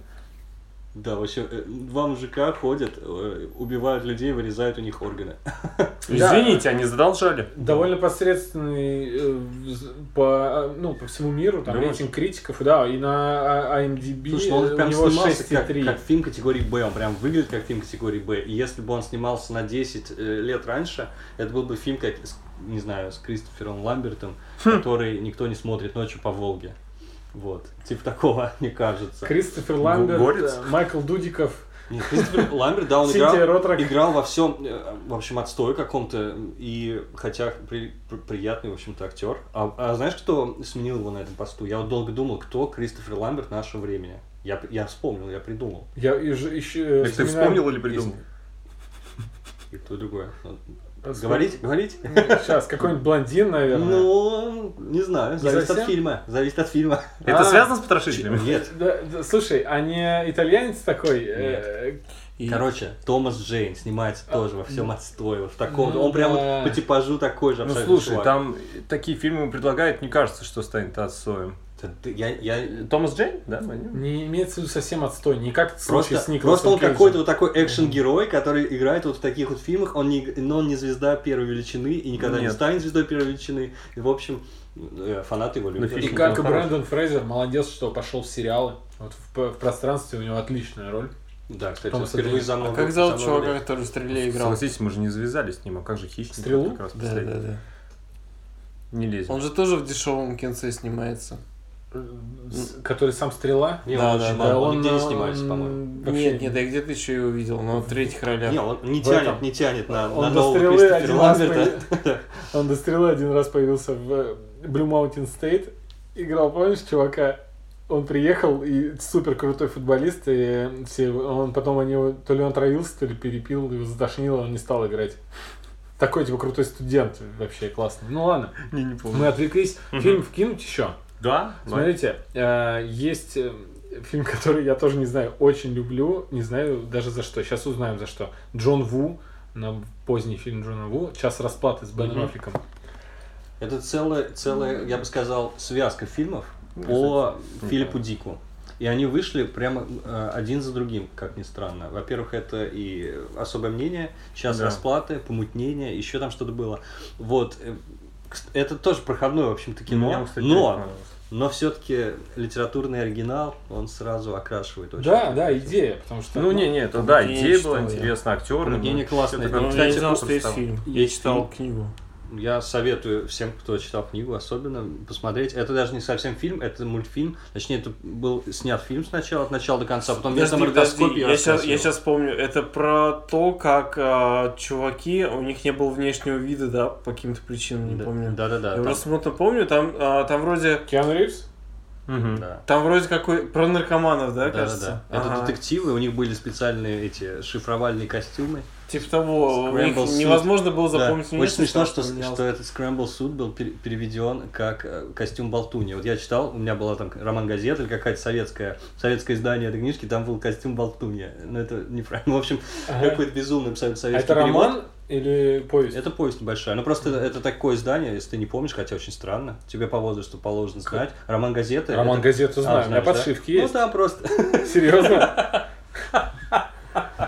Да, вообще, э, два мужика ходят, э, убивают людей, вырезают у них органы.
Да.
Извините, они задолжали.
Довольно посредственный э, вз- по, э, ну, по всему миру, там
Думаешь?
рейтинг критиков, да, и на А- IMDb
Слушай, ну
э,
он
у
прям
него
снимался как,
6,3.
как фильм категории Б, он прям выглядит как фильм категории Б. И если бы он снимался на 10 э, лет раньше, это был бы фильм, как, с- не знаю, с Кристофером Ламбертом,
Хм.
который никто не смотрит ночью по Волге. Вот, типа такого, мне кажется.
Кристофер Ламберт,
Горец?
э, Майкл Дудиков,
Нет, Кристофер Ламберт, да, он играл,
Синтия Ротрак.
играл во всем, э, в общем, отстой каком-то, и хотя при- при- приятный, в общем-то, актер. А, а знаешь, кто сменил его на этом посту? Я вот долго думал, кто Кристофер Ламберт нашего времени. Я, п- я вспомнил, я придумал.
Я и же еще... э,
Так Ты
вспоминаю-
вспомнил или придумал?
И то и другое. Ну,
Вспом-
Говорить? Говорить?
Сейчас, какой-нибудь блондин, наверное.
Ну, не знаю, зависит от
совсем?
фильма. Зависит от фильма.
Это
А.
связано с потрошителями?
Нет.
Да, да, слушай, а не итальянец такой? Э,
И-
Короче, Томас Джейн снимается тоже во всем отстое, вот в таком.
Ну
он прям
да.
вот по типажу такой же.
Ну
абсолютно
слушай,
чувак.
там такие фильмы предлагают, не кажется, что станет отсоем.
Да ты- Я, я
Томас Джейн, да? мы о нем?
Не имеется в виду совсем отстой, не как в
Просто,
случае с
просто
Николасом
он
Кейджем.
какой-то вот такой экшен-герой, который играет вот в таких вот фильмах, он не, но он не звезда первой величины и никогда не
Нет.
станет звездой первой величины. И, в общем, э, фанаты его любят.
Ну,
И
фиг.
как и
Хороший.
Брэндон Фрейзер, молодец, что пошел в сериалы. Вот в, п- в пространстве у него отличная роль.
Да, кстати,
Том
он впервые
Сойер.
за
А
много-
как зовут
за много
чувака,
лет.
который в стреле играл?
Согласитесь, мы же не завязались с ним, а как же хищник?
Стрелу?
Как раз
Да,
последний.
да, да.
Не лезем.
Он же тоже в дешевом кинце снимается.
С- Который сам стрела.
Не,
Да,
он,
да,
очень
да,
мало, он
он,
нигде не
э,
снимается,
он
по-моему.
вообще-
Нет, нет, я где-то еще его видел, но в третьих ролях.
Не, он не
Э, В
тянет,
этом.
не тянет на, на
Он до
нового
стрелы
Кристофера
один раз
Ламберта.
появи- Он до стрелы один раз появился в э, Blue Mountain State. Играл, помнишь, чувака? Он приехал и супер крутой футболист, и все, он потом они его, то ли он отравился, то ли перепил, его затошнило, он не стал играть. Такой типа крутой студент вообще классный. Ну ладно,
Не, не
мы
помню.
отвлеклись. Фильм вкинуть еще.
Да?
Смотрите, э, есть э, фильм, который я тоже не знаю, очень люблю, не знаю даже за что. Сейчас узнаем за что. Джон Ву, нам поздний фильм Джона Ву, «Час расплаты» с Беном
Мгм.
Аффлеком.
Это целая, целая, я бы сказал, связка фильмов
Ну,
по
не
Филиппу Дику. И они вышли прямо э, один за другим, как ни странно. Во-первых, это и особое мнение, час
Да.
расплаты, помутнение, еще там что-то было. Вот. э, кс- Это тоже проходное, в общем-то, кино.
Мне, кстати,
но,
понравилось.
но все-таки литературный оригинал, он сразу окрашивает очень.
Да, да, идея, потому что...
Ну, не, не, это да,
Мне
идея
что,
была
я-
интересна, актеры.
Мне
ну,
не классно.
всё
Ну,
такое.
Ну, я
кстати,
не знал, что есть
просто
фильм. Я
есть
читал
фильм.
книгу.
Я советую всем, кто читал книгу, особенно посмотреть. Это даже не совсем фильм, это мультфильм. Точнее, это был снят фильм сначала, от начала до конца, потом
Подожди,
местом
подожди,
ротоскопе
я сейчас, я сейчас помню, это про то, как а, чуваки, у них не было внешнего вида, да, по каким-то причинам, не помню.
Да, да, да.
я просто смутно помню, там, а, там вроде,
Киану Ривз?
Мгм.
Да.
там вроде какой, про наркоманов, да,
Да, да,
кажется?
да. Это
Ага.
детективы, у них были специальные эти шифровальные костюмы.
Типа того, у них
Scramble suit.
невозможно было
Да.
Ну, запомнить
Очень
внешность,
смешно,
потому
что,
поменялось.
что этот Scramble Suit был пере- переведен как э, костюм болтуни. Вот я читал, у меня была там роман газета или какая-то советская, советское издание этой книжки, там был костюм болтунья. Но это неправильно. В общем,
Ага.
какой-то безумный абсолютно
А
советский
Это
перевод.
роман или повесть?
Это повесть небольшая. Ну просто это, это такое издание, если ты не помнишь, хотя очень странно. Тебе по возрасту положено знать. Роман газеты.
Роман
это-
газету знаю,
А,
у меня
знаешь, да?
подшивки
Ну
есть.
там просто.
Серьезно?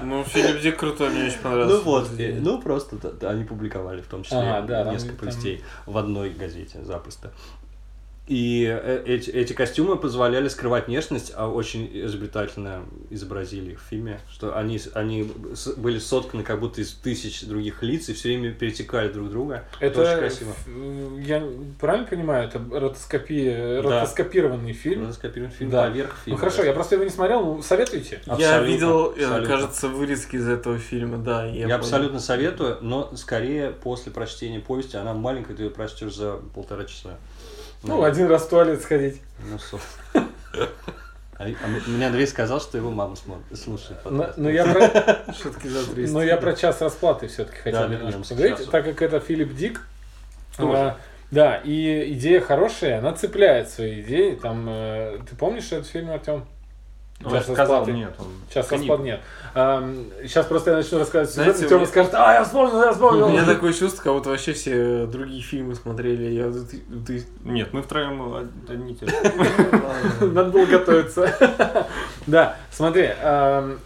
Ну, Филипп Дик крутой, мне очень понравился.
Ну вот, и- ну просто т- т- они публиковали в том числе
А, да, там-
несколько
там-
частей в одной газете запросто. И э- эти, эти костюмы позволяли скрывать внешность, а очень изобретательно изобразили их в фильме, что они, с- они с- были сотканы как будто из тысяч других лиц и все время перетекали друг друга. Это,
Это,
очень красиво.
э, я не- правильно понимаю, это ротоскопия,
Да.
ротоскопированный фильм?
Надо скопировать фильм
Да.
поверх
Ну
фильма.
хорошо, я просто его не смотрел, ну, советуйте.
Я
Абсолютно,
видел, э,
абсолютно.
кажется, вырезки из этого фильма, да.
Я,
помню.
абсолютно советую, но скорее после прочтения повести, она маленькая, ты ее прочтешь за полтора часа.
Ну, один раз в туалет сходить.
Ну, со- А, а м- мне Андрей сказал, что его мама смо- слушает
Но,
подкаст.
но Ну, я про...
Шутки за 300.
Но я про час расплаты все-таки хотел
Да,
немножко
вернемся к
поговорить,
часу.
так как это Филипп Дик.
Тоже.
а, да, и идея хорошая, она цепляет свои идеи. Там, э, ты помнишь этот фильм, Артем?
Ну, я же сказал, нет, он...
Сейчас
Книгу.
расклад нет. сейчас просто я начну рассказывать сюжет,
Знаете,
и Тёма
мне-
скажет, а, я вспомнил, я
У меня
вспомнил.
такое чувство, как будто вообще все э, другие фильмы смотрели. Я... вот ты- ты-
Нет, мы втроем од- одни и те же.
Надо было готовиться. Да, смотри, эм,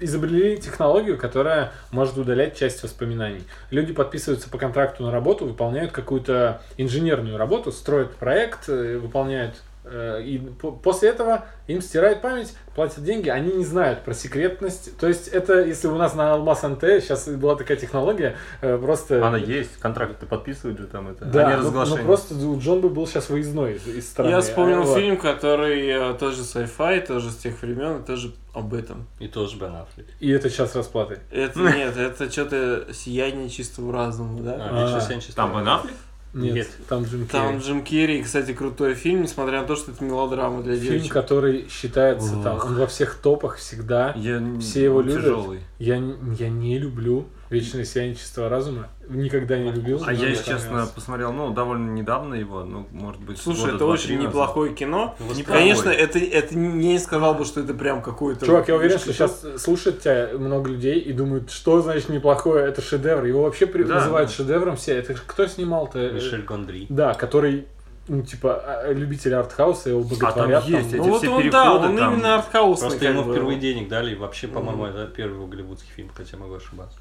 изобрели технологию, которая может удалять часть воспоминаний. Люди подписываются по контракту на работу, выполняют какую-то инженерную работу, строят проект, э, выполняют э, и по- после этого им стирают память, платят деньги, они не знают про секретность. То есть это, если у нас на Алмаз НТ сейчас была такая технология, э, просто...
Она есть, контракт ты подписывают же там это, а
Да,
не
ну- ну,
разглашение.
просто у Джон бы был сейчас выездной из, из страны.
Я вспомнил
А, вот.
фильм, который э, тоже sci-fi, тоже с тех времен, и тоже об этом.
И тоже Бен Аффлек.
И это час расплаты.
Это нет, это что-то сияние чистого разума, да?
А, «Вечное
А,
сияние чистого
Там Бен
разума».
Аффлек?
Нет,
Нет.
там Джим Керри.
Там Джим Керри, кстати, крутой фильм, несмотря на то, что это мелодрама для
Фильм,
девочек.
который считается там,
Ох.
он во всех топах всегда.
Я не-
Все его
он
любят.
тяжелый.
Я, н- я не люблю «Вечное сияние чистого разума». Никогда не любил.
А
но
я,
ну, мне
если честно,
понравилось.
посмотрел, ну, довольно недавно его, ну, может быть,
Слушай,
года
это очень
два-три назад.
неплохое кино.
Ну, вот
Неплохое.
Конечно, это, это не сказал бы, что это прям какое-то...
Чувак, я уверен,
вышка.
что сейчас слушают тебя много людей и думают, что значит неплохое, это шедевр. Его вообще при-
Да,
называют
да.
шедевром все. Это ж кто снимал-то? Э,
Мишель Гондри.
Да, который, ну, типа, а, любитель артхауса, его
А
боготворят.
там есть эти
Ну вот
все
он,
переходы
да, он
там.
именно артхаусный.
Просто
как
ему
бы.
впервые денег дали, и вообще, по-моему, это первый голливудский фильм, хотя могу ошибаться.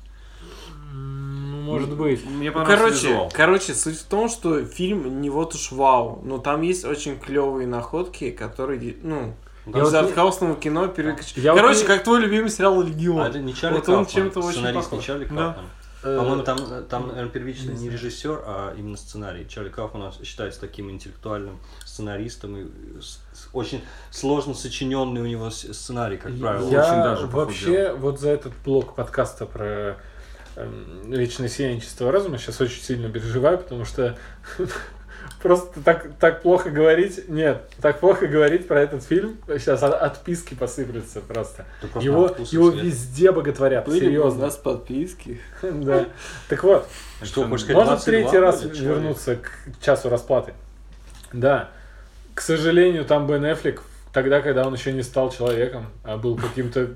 М, Может быть.
Мне
Ну,
понравился
Короче,
визуал.
короче, суть в том, что фильм не вот уж вау, но там есть очень клевые находки, которые, ну,
Да.
из
вот не-
артхаусного кино перекач...
Я вот
Короче,
не-
как твой любимый сериал
А
«Легион».
это не Чарли
Вот он
Кауфман,
чем-то очень
сценарист не
похож.
Чарли
Да.
Кауфман.
Э,
По-моему, там, там Эрн Первич
не
не
знаю.
режиссер, а именно сценарий. Чарли Кауфман считается таким интеллектуальным сценаристом. И с- с- очень сложно сочиненный у него с- сценарий, как правило.
Я
Очень даже
вообще вот за этот блок подкаста про эм, вечное сияние чистого разума сейчас очень сильно переживаю, потому что просто так, так плохо говорить, нет, так плохо говорить про этот фильм, сейчас от- отписки посыплются просто.
Да просто на
Его,
вкус и
его
цвет.
везде боготворят,
Были бы у
серьезно.
нас подписки.
Да. Так вот,
Что, хочешь сказать,
можно в
22
третий раз
года человек?
вернуться к часу расплаты? Да. К сожалению, там Бен Эффлек тогда, когда он еще не стал человеком, а был каким-то г-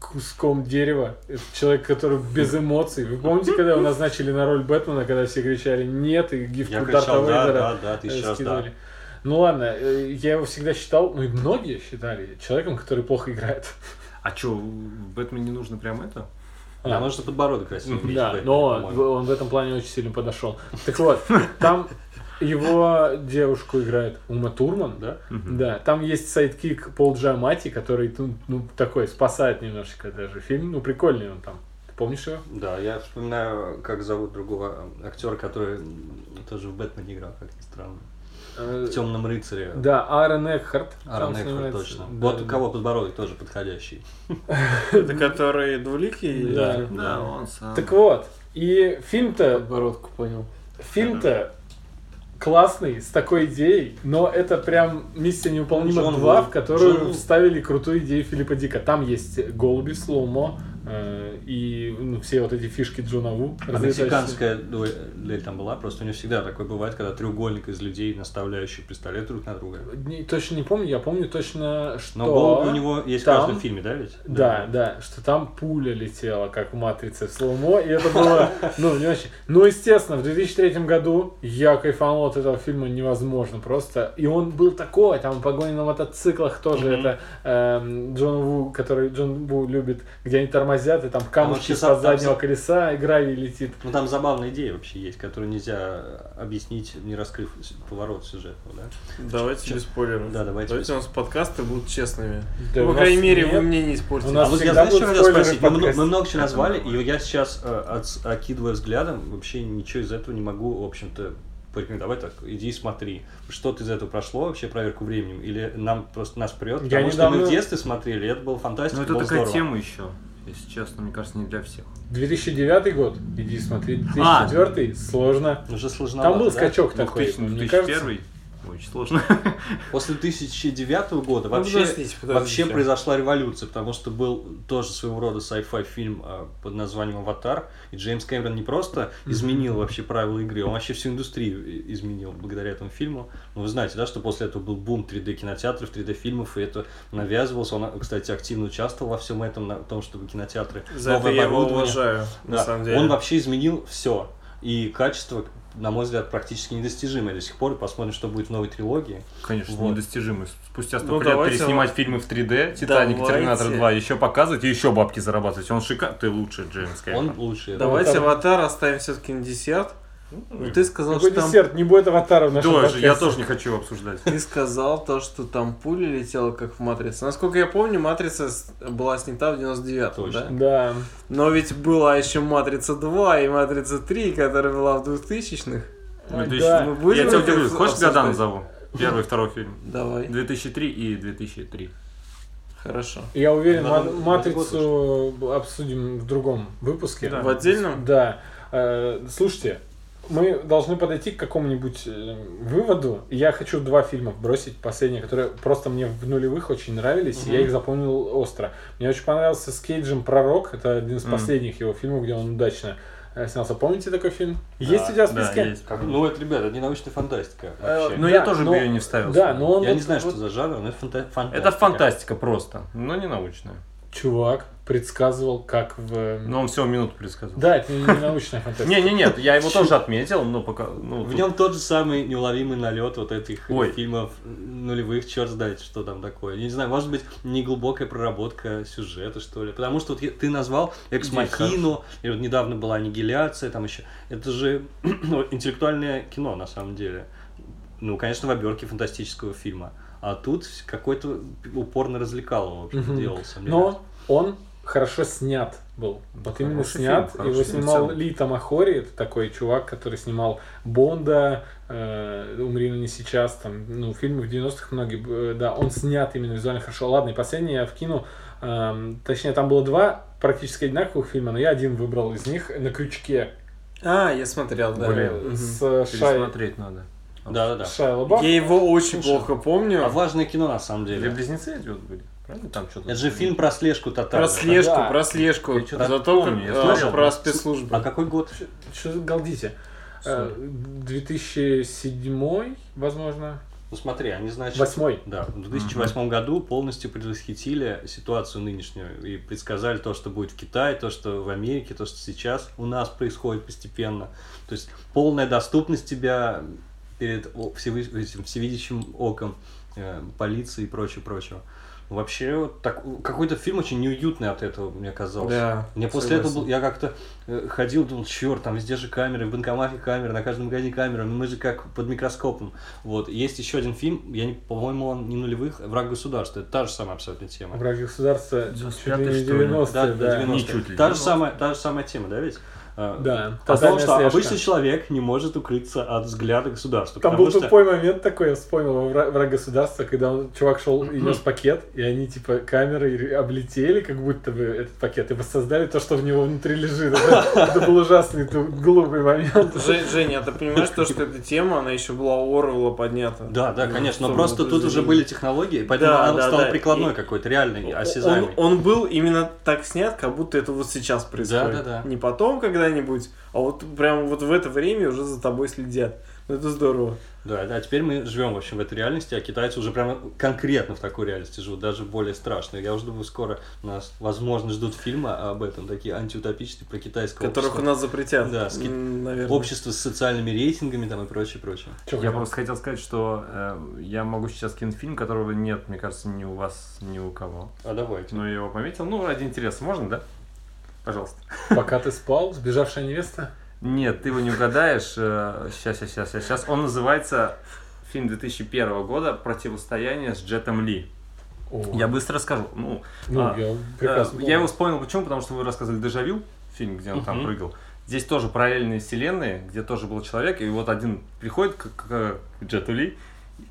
куском дерева. Это человек, который без эмоций. Вы помните, когда его назначили на роль Бэтмена, когда все кричали «нет» и гифку
Я
Дарта
кричал, да,
Вейдера,
да, да,
э,
тысячу раз, да.
скидывали? Ну ладно, э, я его всегда считал, ну и многие считали, человеком, который плохо играет.
А что, Бэтмен не нужно прям это?
Да, нужно подбородок красиво иметь,
А. Да,
Бэтмен,
но он,
по-моему.
в этом плане очень сильно подошел. Так вот, там его девушку играет Ума Турман, да?
Мгм.
Да, там есть сайдкик Пол Джамати, который ну, ну, такой спасает немножечко даже фильм. Ну, прикольный он там. Ты помнишь его?
Да, я вспоминаю, как зовут другого актера, который м, тоже в Бэтмене играл, как ни странно.
Э,
В Темном рыцаре.
Да, Аарон Экхарт. там
Аарон Экхарт,
снимается.
точно.
Да,
вот у
да.
кого подбородок тоже подходящий.
Это ну, которые двуликие?
Да.
или-
Да, он
А.
сам.
Так вот, и фильм-то
Подбородку понял.
фильм-то классный, с такой идеей, но это прям миссия невыполнима
Джон
2,
Ву.
в которую
Джон Ву.
вставили крутую идею Филиппа Дика. Там есть голуби, слоумо, Э, И ну, все вот эти фишки Джона Ву.
А
разлетающиеся.
мексиканская дуэ- дуэль там была, просто у нее всегда такое бывает, когда треугольник из людей, наставляющих пистолет друг на друга.
Не- точно не помню, я помню точно, что...
Но голову у него есть
там-
в каждом фильме, да, ведь?
Да, да, что там пуля летела, как в «Матрице» в слоумо, и это было, ну, не очень... Ну, естественно, в 2003 году я кайфанул от этого фильма невозможно просто. И он был такой, там погони на мотоциклах тоже,
Мгм.
это эм, Джон Ву, который Джон Ву любит, где они тормозят, и там камушки
вообще
с
сам- там
заднего
сам-
колеса, и гравий летит.
Ну там забавная идея вообще есть, которую нельзя объяснить, не раскрыв с- поворот сюжетного, да?
Давайте
Чё?
без спойлеров.
Да, давайте без-
у нас подкасты будут честными. Ну,
Да у
По
нас
крайней мере,
нет.
вы мне не
У
испортите.
А
нас
вот я
всегда
знаю, что
будут
хотел
спойлеры в
спросить. Мы, мно-
подкасте.
мы много чего назвали, и я сейчас э, отс- окидывая взглядом, вообще ничего из этого не могу, в общем-то, порекомендовать так. Иди и смотри. Что-то из этого прошло вообще проверку временем? Или нам просто нас прет?
Я
Потому что мы
недавно-
в детстве смотрели, и это было фантастика,
Ну, это
было
такая
здорово.
тема еще, если честно, мне кажется, не для всех.
2009 год, иди смотри,
А.
2004 сложно.
Уже сложновато,
Там был
Ну да?
скачок такой,
2000,
мне кажется.
2001 очень сложно.
После 2009 года
Ну,
вообще,
подождите, подождите.
вообще произошла революция, потому что был тоже своего рода sci-fi фильм э, под названием «Аватар», и Джеймс Кэмерон не просто изменил вообще правила игры, он вообще всю индустрию и- изменил благодаря этому фильму. Ну, вы знаете, да, что после этого был бум 3D-кинотеатров, 3D-фильмов, и это навязывалось. Он, кстати, активно участвовал во всем этом, на том, чтобы кинотеатры...
За это
новое
я его
оборудование.
уважаю, на
Да,
самом деле.
Он вообще изменил все. И качество, на мой взгляд, практически недостижимое до сих пор. И Посмотрим, что будет в новой трилогии.
Конечно,
Вот.
недостижимый. Спустя
Ну,
столько лет
давайте
переснимать фильмы в 3D, Титаник, и
Давайте.
Терминатор 2, еще показывать и еще бабки зарабатывать. Он шикарный, ты лучше, Джеймс Кэмерон.
Он лучше.
Давайте
Аватар.
аватар оставим все-таки на десерт. Ну, Ты сказал,
Какой
что там...
десерт, не будет аватара в
Да,
нашем
же, я
подкасте.
тоже не хочу обсуждать.
Ты сказал то, что там пуля летела, как в «Матрице». Насколько я помню, «Матрица» с- была снята в 99-м,
Точно.
да?
Да.
Но ведь была еще «Матрица 2» и «Матрица 3», которая была в 2000-х.
Ой,
Ну, то есть,
да.
Мы будем
Я тебя
это
удивлю. Хочешь года
обсуждать?
назову? Первый и второй фильм.
Давай.
2003 и 2003.
Хорошо.
Я уверен,
Надо
ма-
будет
матрицу обсудим в другом выпуске.
Да.
В отдельном?
Да. Э, Слушайте, мы должны подойти к какому-нибудь э, выводу. Я хочу два фильма бросить, последние, которые просто мне в нулевых очень нравились, и я их запомнил остро. Мне очень понравился с Кейджем Пророк. Это один из
Мгм.
последних его фильмов, где он удачно э, снялся. Помните такой фильм? Есть у тебя в
Да,
списке?
есть.
Как- ну, это, ребята, это не научная фантастика
Э,
вообще.
Ну,
Да,
я тоже
но-
бы ее не вставил.
Да, но он
я не
вот-
знаю, что
вот
за жанр, но это фанта- фантастика.
Это фантастика просто, но не научная.
чувак предсказывал, как в...
Но он всего минуту предсказал.
Да, это не научная фантастика.
Не, не, нет, я его тоже отметил, но пока. Ну,
В
тут-
нем тот же самый неуловимый налет вот этих
Ой.
фильмов нулевых, черт знает, что там такое. Я не знаю, может быть, неглубокая проработка сюжета, что ли. Потому что вот я- ты назвал экс-махину, и вот недавно была аннигиляция, там еще. Это же ну, интеллектуальное кино, на самом деле. Ну, конечно, в оберке фантастического фильма. А тут какой-то упор на развлекалово, в общем,
Мгм. Ну,
делался. мне кажется.
Но он хорошо снят был.
Ну,
Вот именно
хороший фильм,
снят. Его
хороший фильм в
снимал
целом.
Ли Тамахори, это такой чувак, который снимал Бонда, э, «Умри, но не сейчас», там, ну, фильмы в 90-х многие, б- э, да, он снят именно визуально хорошо. Ладно, и последний я вкину, эм, точнее, там было два практически одинаковых фильма, но я один выбрал из них «На крючке»
А, я смотрел, да.
э,
Мгм.
с э, Шай,
пересмотреть надо.
Да-да-да.
Шайа Лабаф.
Я его очень
Слушай,
плохо помню.
А важное кино, на самом
Или
деле.
близнецы идет были? Правильно там что-то?
Это же фильм про слежку
Про
тотальную.
слежку,
Да.
про слежку.
Я чё-то
Зато
помню, я
э,
слышал.
про
А
спецслужбы.
какой год?
Что галдите? Э, 2007, возможно,
Ну смотри, они, значит...
восьмой.
Да, в 2008 году полностью предвосхитили ситуацию нынешнюю и предсказали то, что будет в Китае, то, что в Америке, то, что сейчас у нас происходит постепенно. То есть полная доступность тебя перед о- всевы- этим всевидящим оком э, полиции и прочего-прочего. Вообще, вот так, какой-то фильм очень неуютный от этого, мне казалось.
Да.
Мне после этого
согласен.
был- я как-то э, ходил, думал, черт, там везде же камеры, в банкомате камеры, на каждом магазине камеры, ну, мы же как под микроскопом. Вот. И Есть еще один фильм, я не, по-моему, он не нулевых, «Враг государства». Это та же самая абсолютная тема.
Враг государства чуть ли
95-й,
не
что ли?
90-е, да.
90-е.
Не чуть ли.
Та же, самая, та же самая тема, да ведь? э,
Да.
Потому что
Тотальная слежка.
обычный человек не может укрыться от взгляда государства.
Там
потому
был
что-
тупой момент такой, я вспомнил, во вра- враг государства, когда он, чувак шел и нес пакет, и они, типа, камеры ре- облетели, как будто бы этот пакет, и воссоздали то, что в него внутри лежит. Это это был ужасный, ту- глупый момент.
Же- Женя, а ты понимаешь то, что эта тема, она еще была у Орвелла поднята?
Да, да,
Ну,
конечно, но
чтобы
просто тут уже
произведение.
были технологии, поэтому
Да,
она
да,
стала
да.
прикладной
И-
какой-то, реальной,
он,
осязаемой.
он был именно так снят, как будто это вот сейчас происходит.
Да-да-да.
Не потом когда-нибудь, а вот прям вот в это время уже за тобой следят. Ну, это здорово.
Да, да, теперь мы живем, в общем, в этой реальности, а китайцы уже прямо конкретно в такой реальности живут, даже более страшно. Я уже думаю, скоро нас, возможно, ждут фильмы об этом, такие антиутопические про китайское
которых у
общество.
нас запретят.
Да, с ки-
М, наверное.
Общество с социальными рейтингами там и прочее, прочее.
Чё,
Я просто хотел сказать, что э, я могу сейчас кинуть фильм, которого нет, мне кажется, ни у вас, ни у кого.
А давайте.
Но я его пометил. Ну, ради интереса, можно, да? Пожалуйста.
Пока ты спал, сбежавшая невеста?
Нет, ты его не угадаешь. Э, Сейчас, сейчас, сейчас, сейчас. Он называется фильм 2001 года «Противостояние с Джетом Ли».
О,
Я быстро расскажу. Ну,
Ну,
а,
я
Э,
прекрасно
Я его вспомнил, почему? Потому что вы рассказывали «Дежавю», фильм, где он там
Мгм.
прыгал. Здесь тоже параллельные вселенные, где тоже был человек, и вот один приходит к, к- к Джету Ли,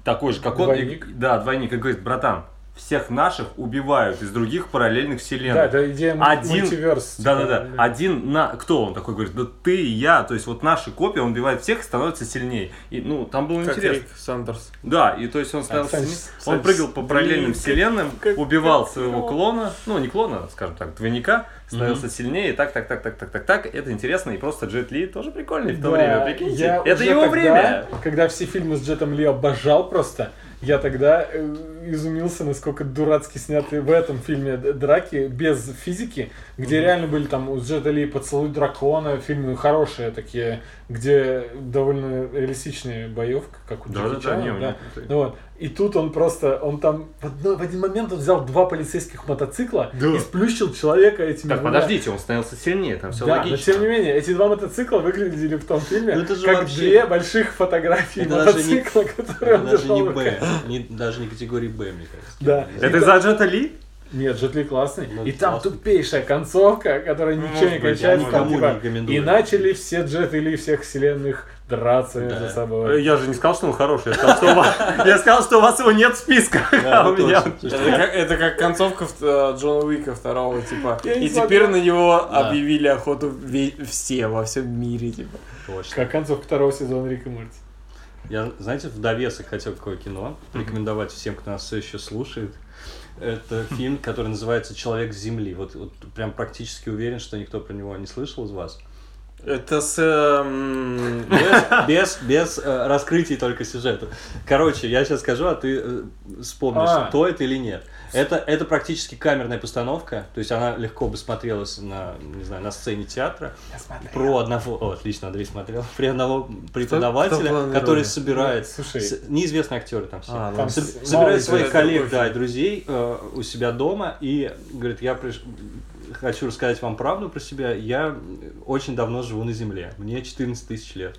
такой же, как он. и-
Двойник.
да, двойник, и говорит, братан, всех наших убивают из других параллельных вселенных.
Да, это идея м-
Один-
мультиверс.
Да,
типа,
да, да. Один на. Кто он такой говорит? Да ты и я. То есть вот наши копии, он убивает всех и становится сильнее. И, ну, там было
Как
интересно.
Рик Сандерс.
Да, и то есть он становился
Санч-
сильнее. Он прыгал по параллельным
Блин, как-
вселенным,
как-
убивал
как
своего
клёво.
клона, ну не клона, скажем так, двойника, становился сильнее, и так, так, так, так, так, так, так. Это интересно, и просто Джет Ли тоже прикольный в то
Да,
время, прикиньте.
я
Это
уже
его
тогда,
время.
Когда все фильмы с Джетом Ли обожал просто, я тогда э, изумился, насколько дурацки сняты в этом фильме д- драки без физики, где реально были там у Джета Ли «Поцелуй дракона», фильмы хорошие такие, где довольно реалистичная боевка, как у
Да,
Джеки
да, да,
Чана,
не, у
да.
него крутой.
Ну вот. И тут он просто, он там в, одно- в один момент он взял два полицейских мотоцикла
Да.
и сплющил человека этими
Так,
двумя.
подождите, он становился сильнее, там все
Да,
логично.
но тем не менее, эти два мотоцикла выглядели в том фильме
Ну это же
как
вообще-
две больших фотографии
Это даже не-
мотоцикла, которые он
даже
держал
не
в руках.
Б, не- даже не категории Б, мне кажется.
Да.
Это из-за Джета Ли?
Нет, Джетли классный.
Ну,
и там
классный.
тупейшая концовка, которая
Ну,
ничего не
может быть,
кончается.
я
там,
никому
типа,
не рекомендую.
и начали все Джет или всех вселенных драться между
Да.
Э,
собой.
Я же не сказал, что он хороший, я сказал, что у вас, я сказал, что у вас его нет в списках,
Да,
а у
это
меня
точно.
он-
Это как, это как концовка в- э, Джона Уика второго, типа.
Я не
И теперь
смотрел.
на него
Да.
объявили охоту ве- все во всем мире, типа.
Точно.
Как концовка второго сезона Рика и Морти.
Я, знаете, в довесок хотел какое кино рекомендовать всем, кто нас все еще слушает. Это фильм, который называется «Человек с земли». Вот, вот прям практически уверен, что никто про него не слышал из вас.
Это с... эм,
Без, без, без, э, раскрытий только сюжета. Короче, я сейчас скажу, а ты э, вспомнишь,
А.
то это или нет. Это, это практически камерная постановка, то есть она легко бы смотрелась на, не знаю, на сцене театра. Про одного, о, отлично, Андрей смотрел, при одного
кто в
преподавателя,
главной
который
роли?
собирает
Ну, Слушай,
с- неизвестные актеры там все.
А,
там
Соб-
с- малый
собирает своих
играет
коллег,
другой
да, и
фильм.
друзей э, у себя дома и говорит, я приш- хочу рассказать вам правду про себя, я очень давно живу на Земле, мне 14 тысяч лет.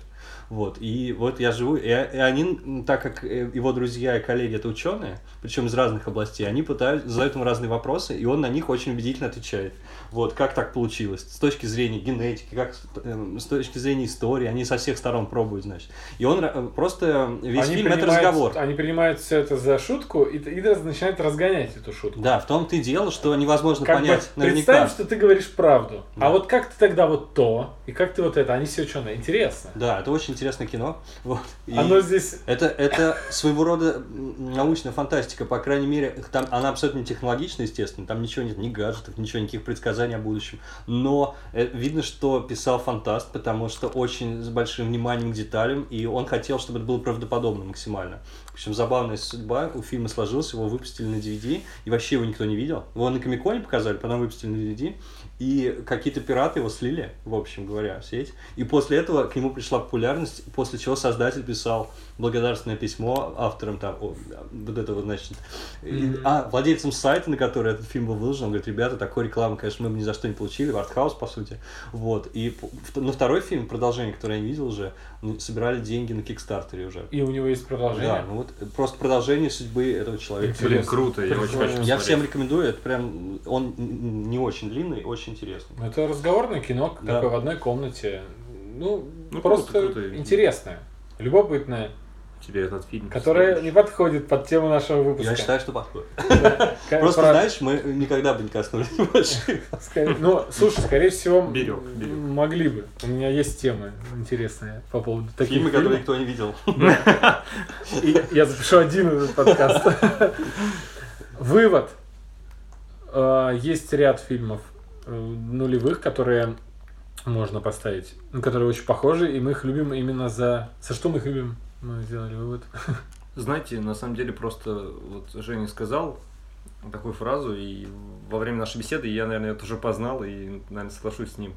Вот, и вот я живу, и, о- и они, м, так как э, его друзья и коллеги это ученые, причем из разных областей, они пытаются, задают ему разные вопросы, и он на них очень убедительно отвечает. Вот, как так получилось, с точки зрения генетики, как с- эм, с точки зрения истории, они со всех сторон пробуют, значит. И он ра- э, просто весь
они
фильм это
принимают-
разговор.
Они принимают все это за шутку и, и раз- начинают разгонять эту шутку.
Да, в том-то и дело, что невозможно
Как бы
понять Ну, наверняка.
представь, что ты говоришь правду.
Да.
А вот как ты тогда вот то, и как ты вот это, они все ученые, интересно.
Да, это очень интересное кино. Вот. И
Оно здесь
это, это своего рода м, научная фантастика, по крайней мере, там она абсолютно не технологична, естественно, там ничего нет, ни гаджетов, ничего, никаких предсказаний о будущем. Но э, видно, что писал фантаст, потому что очень с большим вниманием к деталям, и он хотел, чтобы это было правдоподобно максимально. В общем, забавная судьба у фильма сложилась, его выпустили на DVD, и вообще его никто не видел. Его на Комиконе показали, потом выпустили на DVD, и какие-то пираты его слили, в общем говоря, в сеть. И после этого к нему пришла популярность, должность, после чего создатель писал благодарственное письмо авторам там, о, вот этого, значит, и- а, владельцам сайта, на который этот фильм был выложен, он говорит, ребята, такой рекламы, конечно, мы бы ни за что не получили, в артхаус, по сути, вот, и п- в- на второй фильм, продолжение, которое я не видел уже, ну, собирали деньги на Кикстартере уже.
И у него есть
Да,
продолжение.
ну вот э, просто продолжение судьбы этого человека.
Блин, круто, я очень хочу
Я всем
посмотреть.
рекомендую, это прям, он н- н- не очень длинный, очень интересный.
Ну, Это разговорное кино,
Да.
такое в одной комнате. Ну,
Ну,
просто
круто, круто.
интересное, любопытное,
Тебе этот фильм.
которое не
посмотреть.
подходит под тему нашего выпуска.
Я считаю, что подходит.
Ка-
Просто,
Э, про-
знаешь, мы никогда бы не коснулись больше.
скорее- Ну, слушай, скорее всего, м,
Берёг, берёг.
могли бы. У меня есть темы интересные по поводу таких
Фильмы, которые
фильмов.
никто не видел.
И Я запишу один этот подкаст. Вывод. Э, Есть ряд фильмов э, нулевых, которые можно поставить, ну, которые очень похожи, и мы их любим именно за... За что мы их любим? Мы сделали вывод.
Знаете, на самом деле просто вот Женя сказал такую фразу, и во время нашей беседы я, наверное, ее тоже познал и, наверное, соглашусь с ним.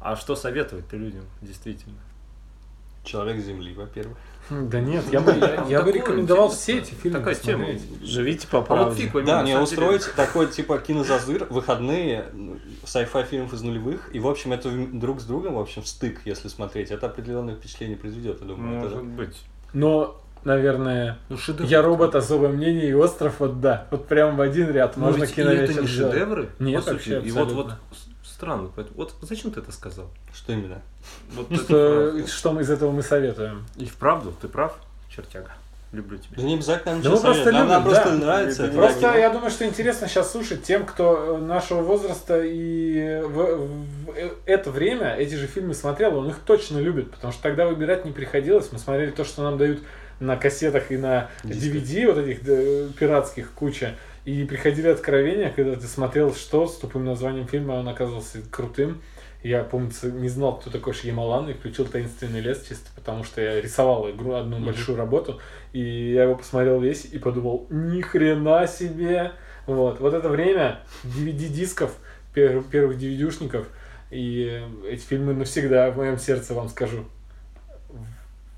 А что советовать-то людям, действительно?
Человек Земли, во-первых.
Да нет, я бы, я, я
Такое
бы рекомендовал
интересно.
все эти фильмы
Такая тема.
посмотреть.
Живите по
А вот
правде.
фиг пойми,
Да,
на
не
самом
устроить
деле.
такой типа кинозазыр, выходные, ну, sci-fi фильмов из нулевых, и, в общем, это в- друг с другом, в общем, стык, если смотреть, это определенное впечатление произведет, я думаю. Это-
Может быть.
Но, наверное,
Ну, шедевр.
«Я робот. Особое мнение» и «Остров» вот да. Вот прям в один ряд
Но
можно
ведь и это
киновечер
не
сделать.
шедевры,
Нет,
по сути.
вообще
И вот, вот
абсолютно.
с- странно. Поэтому, вот зачем ты это сказал?
Что именно?
Вот
Ну,
это
Что, э,
правда.
что мы из этого мы советуем?
И вправду, ты прав, чертяга. Люблю тебя.
Да не обязательно нам
Да
ничего
мы просто
советовать, нам
любим,
нам просто
да.
нравится. это
Просто
так.
я думаю, что интересно сейчас слушать тем, кто э, нашего возраста и э, в, в э- это время эти же фильмы смотрел, он их точно любит, потому что тогда выбирать не приходилось. Мы смотрели то, что нам дают на кассетах и на
Дисках.
DVD, вот этих э, пиратских куча. И приходили откровения, когда ты смотрел что с тупым названием фильма, он оказывался крутым. Я, помнится, не знал, кто такой Шьямалан, и включил «Таинственный лес» чисто потому, что я рисовал игру, одну большую работу, и я его посмотрел весь и подумал, ни хрена себе! Вот, вот это время DVD-дисков, пер- первых DVD-ушников, и э, эти фильмы навсегда в моем сердце, вам скажу.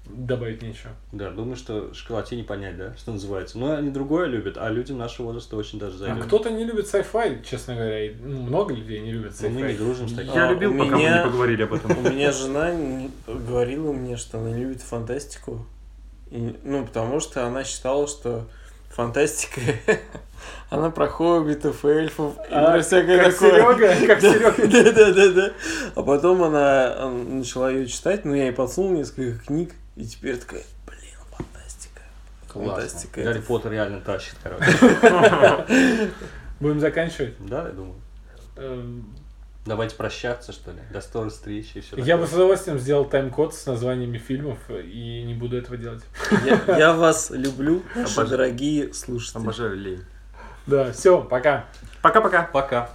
Добавить нечего.
Да, думаю, что шоколаде не понять, да, что называется. Но они другое любят, а людям нашего возраста очень даже
А
зайдет.
кто-то не любит sci-fi, честно говоря, и, ну, много людей не любят
Ну, Мы не
sci-fi.
дружим с такими.
Я
А,
любил,
у
пока мы не
меня-
поговорили об этом.
У меня жена не- говорила мне, что она не любит фантастику. И, ну, потому что она считала, что фантастика... Она про хоббитов, эльфов и
А,
про всякое
Как
такое.
Серега, как Серега.
Да, да, да, да. А потом она э, начала ее читать, но я ей подсунул несколько книг, и теперь такая, блин, фантастика. Фантастика.
Гарри
это
Поттер реально тащит, короче.
Будем заканчивать.
Да, я думаю.
Эм,
Давайте прощаться, что ли. До скорой встречи и все.
Я бы с удовольствием сделал тайм-код с названиями фильмов и не буду этого делать.
Я, я вас люблю, наши
Обожаю.
дорогие слушатели.
Обожаю лень.
Да, все, пока.
Пока-пока.
Пока.